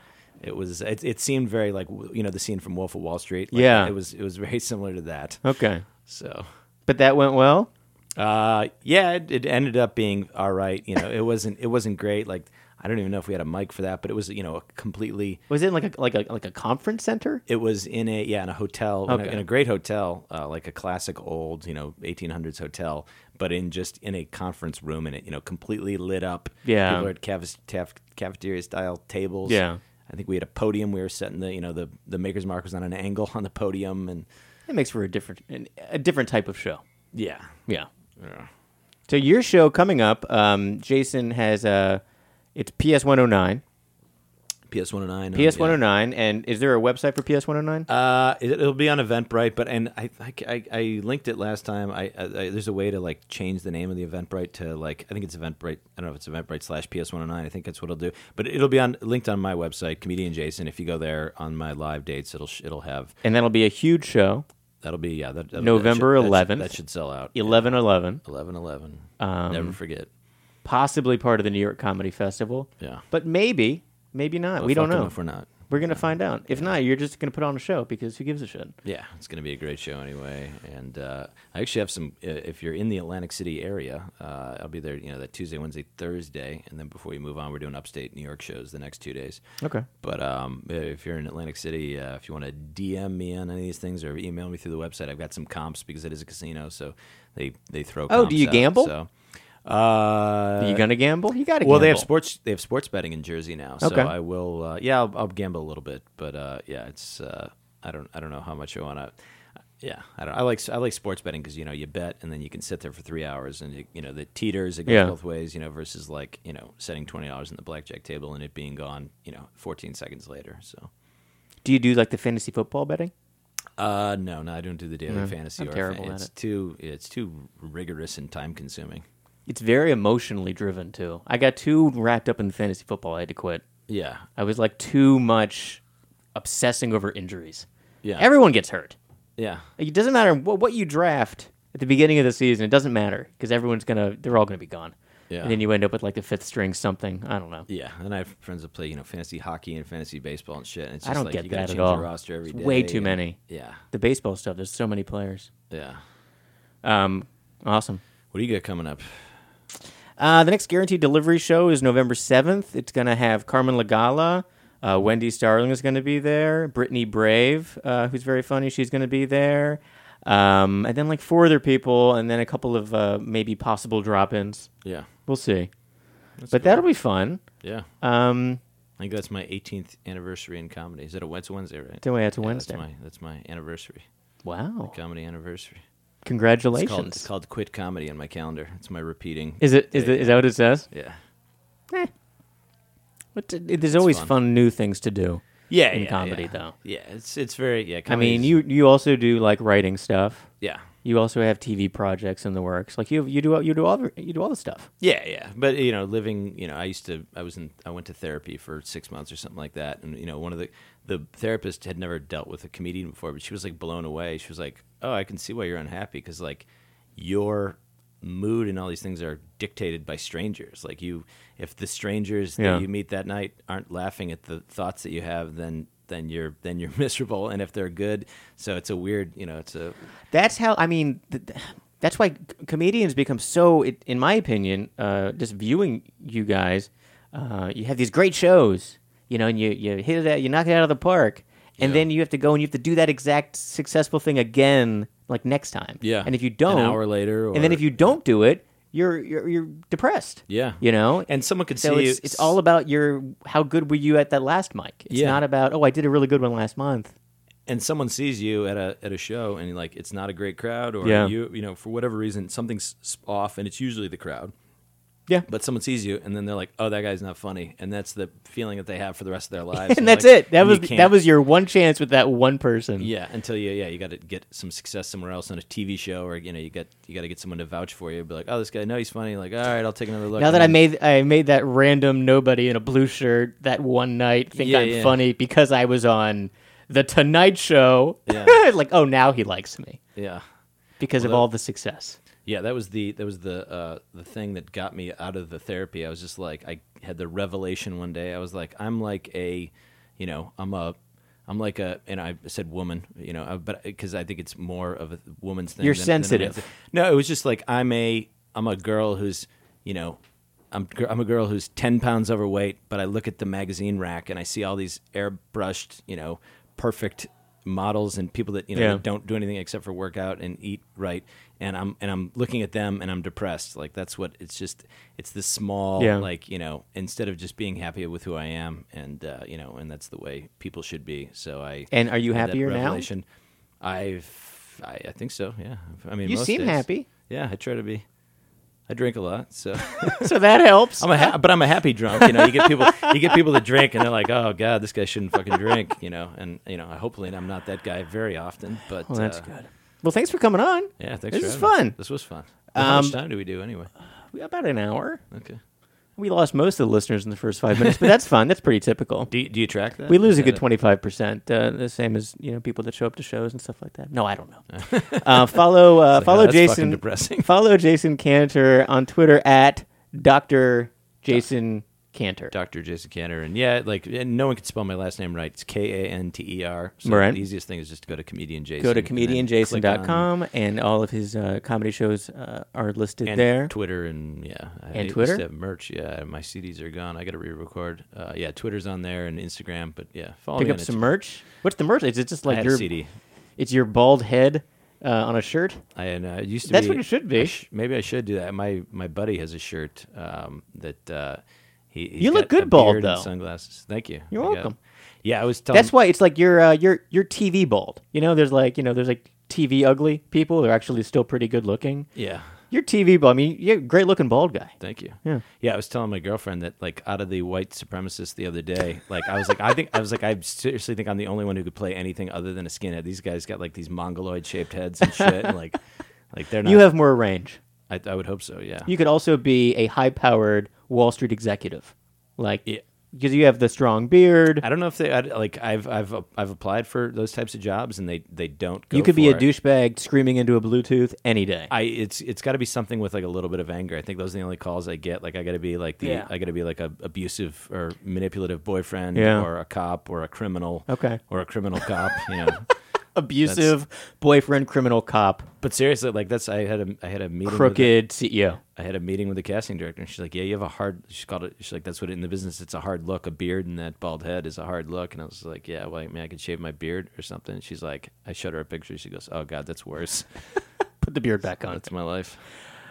S2: It was, it, it seemed very like, w- you know, the scene from Wolf of Wall Street. Like,
S1: Yeah.
S2: It was, it was very similar to that.
S1: Okay.
S2: So,
S1: But that went well?
S2: uh, yeah, it, it ended up being all right. You know, it wasn't it wasn't great. Like I don't even know if we had a mic for that, but it was you know a completely.
S1: Was it in like a, like a, like a conference center?
S2: It was in a yeah in a hotel in, a,
S1: Okay.
S2: in a great hotel uh, like a classic old you know 1800s hotel, but in just in a conference room and it you know completely lit up.
S1: Yeah.
S2: people at caf- taf- cafeteria style tables.
S1: Yeah.
S2: I think we had a podium. We were setting the you know the the maker's mark was on an angle on the podium and
S1: It makes for a different an- a different type of show.
S2: yeah
S1: Yeah.
S2: yeah
S1: So your show coming up, um, Jason has uh, it's PS one hundred
S2: Oh,
S1: nine,
S2: PS one hundred nine
S1: PS one hundred nine, and is there a website for PS one hundred nine?
S2: Uh, it, it'll be on Eventbrite, but and I I, I, I linked it last time. I, I, I there's a way to like change the name of the Eventbrite to like I think it's Eventbrite. I don't know if it's Eventbrite slash PS109. I think that's what it'll do. But it'll be on linked on my website, comedian Jason. If you go there on my live dates, it'll sh- it'll have
S1: And that'll be a huge show,
S2: that'll be yeah that, that'll-
S1: November
S2: that should- that should-
S1: 11th.
S2: That should sell out.
S1: eleven eleven,
S2: 11 11.
S1: Um,
S2: Never forget.
S1: possibly part of the New York Comedy Festival.
S2: Yeah.
S1: but maybe, maybe not.
S2: But
S1: we don't
S2: fuck 'em
S1: know.
S2: if we're not.
S1: We're gonna find out. If not, you're just gonna put on a show because who gives a shit?
S2: Yeah, it's going to be a great show anyway. And uh, I actually have some. Uh, if you're in the Atlantic City area, uh, I'll be there. You know, that Tuesday, Wednesday, Thursday, and then before you move on, we're doing upstate New York shows the next two days.
S1: Okay.
S2: But um, if you're in Atlantic City, uh, if you want to DM me on any of these things or email me through the website, I've got some comps because it is a casino, so they they throw.
S1: Oh, do
S2: comps
S1: you
S2: out,
S1: gamble?
S2: So, uh,
S1: Are you gonna gamble? You gotta.
S2: well,
S1: gamble.
S2: they have sports. They have sports betting in Jersey now, so
S1: Okay.
S2: I will. Uh, yeah, I'll, I'll gamble a little bit, but uh, yeah, it's. Uh, I don't. I don't know how much I want to. Yeah, I don't. I like. I like sports betting because you know you bet and then you can sit there for three hours and you, you know the teeters it goes
S1: Yeah.
S2: both ways. You know versus like you know setting twenty dollars on the blackjack table and it being gone. You know, fourteen seconds later. So.
S1: Do you do like the fantasy football betting?
S2: Uh no, no, I don't do the daily fantasy.
S1: I'm
S2: or
S1: terrible at
S2: it's
S1: it.
S2: too. It's too rigorous and time consuming.
S1: It's very emotionally driven too. I got too wrapped up in fantasy football. I had to quit.
S2: Yeah.
S1: I was like too much obsessing over injuries.
S2: Yeah.
S1: Everyone gets hurt.
S2: Yeah.
S1: Like, It doesn't matter what, what you draft at the beginning of the season. It doesn't matter because everyone's gonna they're all gonna be gone.
S2: Yeah.
S1: And then you end up with like the fifth string something. I don't know.
S2: Yeah, and I have friends that play, you know, fantasy hockey and fantasy baseball and shit. And it's just
S1: I don't
S2: like
S1: get
S2: you gotta
S1: that at
S2: change
S1: all.
S2: Your roster every
S1: It's
S2: day.
S1: way too
S2: and-
S1: many.
S2: Yeah,
S1: The baseball stuff. There's so many players.
S2: yeah.
S1: Um, awesome.
S2: What do you got coming up?
S1: Uh, the next guaranteed delivery show is November 7th. It's going to have Carmen Lagala, Uh, Wendy Starling is going to be there. Brittany Brave, uh, who's very funny, she's going to be there. Um, and then like four other people, and then a couple of uh, maybe possible drop-ins.
S2: Yeah.
S1: We'll see. but that'll be fun.
S2: Yeah.
S1: Um,
S2: I think that's my 18th anniversary in comedy. Is it a it's a Wednesday, right?
S1: it's a- it's a
S2: Yeah,
S1: Wednesday.
S2: That's my, that's my anniversary.
S1: wow!
S2: Comedy anniversary. It's
S1: Congratulations.
S2: called, it's called Quit Comedy on my calendar. It's my repeating.
S1: is it is, it, is that what it says?
S2: Yeah.
S1: Eh. But t- there's always
S2: fun.
S1: fun new things to do.
S2: Yeah.
S1: in
S2: yeah,
S1: comedy,
S2: yeah.
S1: though.
S2: Yeah. It's it's very yeah.
S1: I mean,
S2: comedy's-
S1: you you also do like writing stuff.
S2: Yeah.
S1: You also have TV projects in the works. Like you you do you do all the you do all the stuff.
S2: Yeah, yeah. But you know, living, you know, I used to I was in I went to therapy for 6 months or something like that and you know, one of the the therapist had never dealt with a comedian before, but she was like blown away. She was like, "Oh, I can see why you're unhappy cuz like your mood and all these things are dictated by strangers. Like you if the strangers
S1: Yeah.
S2: that you meet that night aren't laughing at the thoughts that you have, then then you're then you're (laughs) miserable and if they're good, so it's a weird, you know, it's a
S1: That's how I mean. Th- th- that's why c- comedians become so, it- in my opinion, uh, just viewing you guys. Uh, you have these great shows, you know, and you you hit it, out, you knock it out of the park, and
S2: Yeah.
S1: then you have to go and you have to do that exact successful thing again, like next time.
S2: Yeah.
S1: And if you don't,
S2: An hour later
S1: and then
S2: or-
S1: if you don't do it, you're you're, you're depressed.
S2: Yeah.
S1: You know,
S2: and someone could
S1: so
S2: see
S1: it's, it's all about your how good were you at that last mic. It's
S2: Yeah.
S1: not about oh I did a really good one last month.
S2: and someone sees you at a at a show and like it's not a great crowd or
S1: Yeah.
S2: you you know for whatever reason something's s- off and it's usually the crowd
S1: Yeah.
S2: but someone sees you and then they're like oh that guy's not funny and that's the feeling that they have for the rest of their
S1: (laughs)
S2: lives
S1: and
S2: You're
S1: that's
S2: like,
S1: it. That
S2: you
S1: was
S2: can't-
S1: that was your one chance with that one person.
S2: (laughs) yeah until you yeah you got to get some success somewhere else on a TV show or you know you got you got to get someone to vouch for you be like oh this guy no he's funny like all right I'll take another look
S1: Now
S2: And
S1: that I
S2: then-
S1: made I made that random nobody in a blue shirt that one night think
S2: Yeah,
S1: I'm
S2: yeah.
S1: funny because I was on the Tonight Show.
S2: Yeah.
S1: (laughs) like oh now he likes me
S2: yeah
S1: because of
S2: Well,
S1: all the success.
S2: Yeah, that was the that was the uh, the thing that got me out of the therapy. I was just like, I had the revelation one day. I was like, I'm like a, you know, I'm a, I'm like a, and I said woman, you know, uh, but because I think it's more of a woman's thing.
S1: You're
S2: than- than a man's
S1: sensitive.
S2: thing. no, it was just like I'm a, I'm a girl who's, you know. I'm, gr- I'm a girl who's 10 pounds overweight, but I look at the magazine rack and I see all these airbrushed, you know, perfect models and people that, you know,
S1: Yeah.
S2: that don't don't do anything except for work out and eat right and i'm and i'm looking at them and i'm depressed like that's what it's just it's this small
S1: Yeah.
S2: like you know instead of just being happy with who i am and uh, you know and that's the way people should be so i
S1: And are you
S2: had that
S1: happier now?
S2: revelation. i've I, I think so yeah i mean
S1: You
S2: most
S1: seem
S2: days.
S1: happy.
S2: yeah i try to be i drink a lot so (laughs)
S1: so that helps.
S2: I'm a ha- but I'm a happy drunk. You know, you get people you get people that drink and they're like, oh god, this guy shouldn't fucking drink. You know, and you know, hopefully I'm not that guy very often. But
S1: well, that's
S2: uh,
S1: good. Well, thanks for coming on.
S2: yeah, thanks.
S1: This
S2: for
S1: is
S2: having me.
S1: fun.
S2: This was fun. Well, How
S1: Um,
S2: much time do we do anyway?
S1: About an hour.
S2: Okay.
S1: We lost most of the listeners in the first five minutes, but that's fine. That's pretty typical.
S2: Do you, do you track that?
S1: We lose
S2: Is
S1: a
S2: that
S1: good twenty five percent, uh, the same as you know people that show up to shows and stuff like that. No, I don't
S2: (laughs)
S1: know. uh, follow uh,
S2: oh,
S1: follow
S2: that's fucking
S1: Jason.
S2: depressing.
S1: follow Jason Cantor on Twitter at Doctor Jason Cantor.
S2: Dr. Jason Cantor, and yeah, like and no one can spell my last name right. It's K A N T E R. So
S1: Right.
S2: the easiest thing is just to go to comedian Jason.
S1: Go to
S2: and then click on
S1: comedianjason.com and all of his uh, comedy shows uh, are listed
S2: and
S1: there.
S2: Twitter and yeah, I used to
S1: Twitter?
S2: have merch. Yeah, my CDs are gone. I got to re-record. Uh, yeah, Twitter's on there and Instagram, but yeah, follow
S1: Pick
S2: me
S1: up
S2: on
S1: some
S2: Instagram.
S1: merch. What's the merch? Is it just
S2: I
S1: like
S2: had
S1: your
S2: a CD.
S1: it's your bald head uh, on a shirt?
S2: I and uh, it used to
S1: That's
S2: be,
S1: what it should be.
S2: I sh- maybe I should do that. My my buddy has a shirt um, that uh, he. he's
S1: You look
S2: got a
S1: good bald,
S2: beard and
S1: though.
S2: sunglasses. Thank you.
S1: You're
S2: I got-
S1: welcome.
S2: yeah, I was telling.
S1: That's why it's like your uh, your your TV bald. You know, there's like you know there's like TV ugly people. They're actually still pretty good looking.
S2: yeah.
S1: Your TV bald. I mean, you're a great looking bald guy.
S2: Thank you.
S1: Yeah.
S2: Yeah, I was telling my girlfriend that like out of the white supremacists the other day, like I was like I think I was like I seriously think I'm the only one who could play anything other than a skinhead. These guys got like these mongoloid shaped heads and shit and
S1: (laughs)
S2: like like they're not
S1: You have more range.
S2: I, I would hope so, yeah.
S1: You could also be a high powered Wall Street executive, like
S2: Yeah.
S1: because you have the strong beard.
S2: I don't know if they I, like I've I've I've applied for those types of jobs and they they don't go
S1: You could be
S2: for
S1: a
S2: it.
S1: douchebag screaming into a Bluetooth any day.
S2: I it's it's got to be something with like a little bit of anger. I think those are the only calls I get. Like I got to be like the
S1: Yeah.
S2: I got to be like a abusive or manipulative boyfriend
S1: Yeah.
S2: or a cop or a criminal.
S1: Okay.
S2: Or a criminal cop, you know.
S1: abusive boyfriend, criminal cop,
S2: But seriously, like that's I had a I had a meeting with a-
S1: crooked E CEO.
S2: I had a meeting with the casting director, and she's like, "Yeah, you have a hard." She called it. She's like, "That's what in the business, it's a hard look. A beard and that bald head is a hard look." And I was like, "Yeah, well, I mean, I could shave my beard or something." She's like, I showed her a picture. She goes, "Oh God,
S1: (laughs)
S2: that's worse.
S1: Put the beard back on.
S2: That's my life."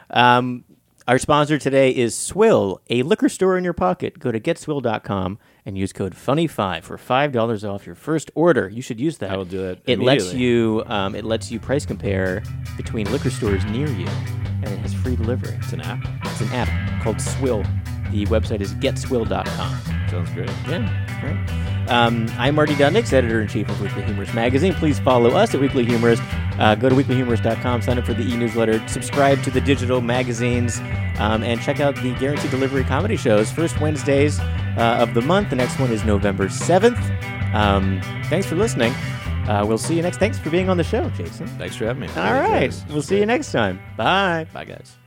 S1: Um, our sponsor today is Swill, a liquor store in your pocket. Go to getswill.com and use code FUNNY5 for $5 off your first order. You should use that.
S2: I will do it
S1: It lets
S2: immediately.
S1: you um, it lets you price compare between liquor stores near you and it has free delivery.
S2: It's an app.
S1: It's an app called Swill. The website is getswill.com.
S2: Sounds great.
S1: Yeah, right. Um, I'm Marty Dundix, editor in chief of Weekly Humorist magazine. Please follow us at Weekly Humorist. Uh, go to weeklyhumorist.com, sign up for the e newsletter, subscribe to the digital magazines, um, and check out the Guaranteed Delivery comedy shows. First Wednesdays uh, of the month. The next one is November 7th. Um, thanks for listening. Uh, we'll see you next. Thanks for being on the show, Jason.
S2: Thanks for having me.
S1: All
S2: Really enjoyed
S1: right.
S2: this.
S1: We'll see you next time. Bye.
S2: Bye, guys.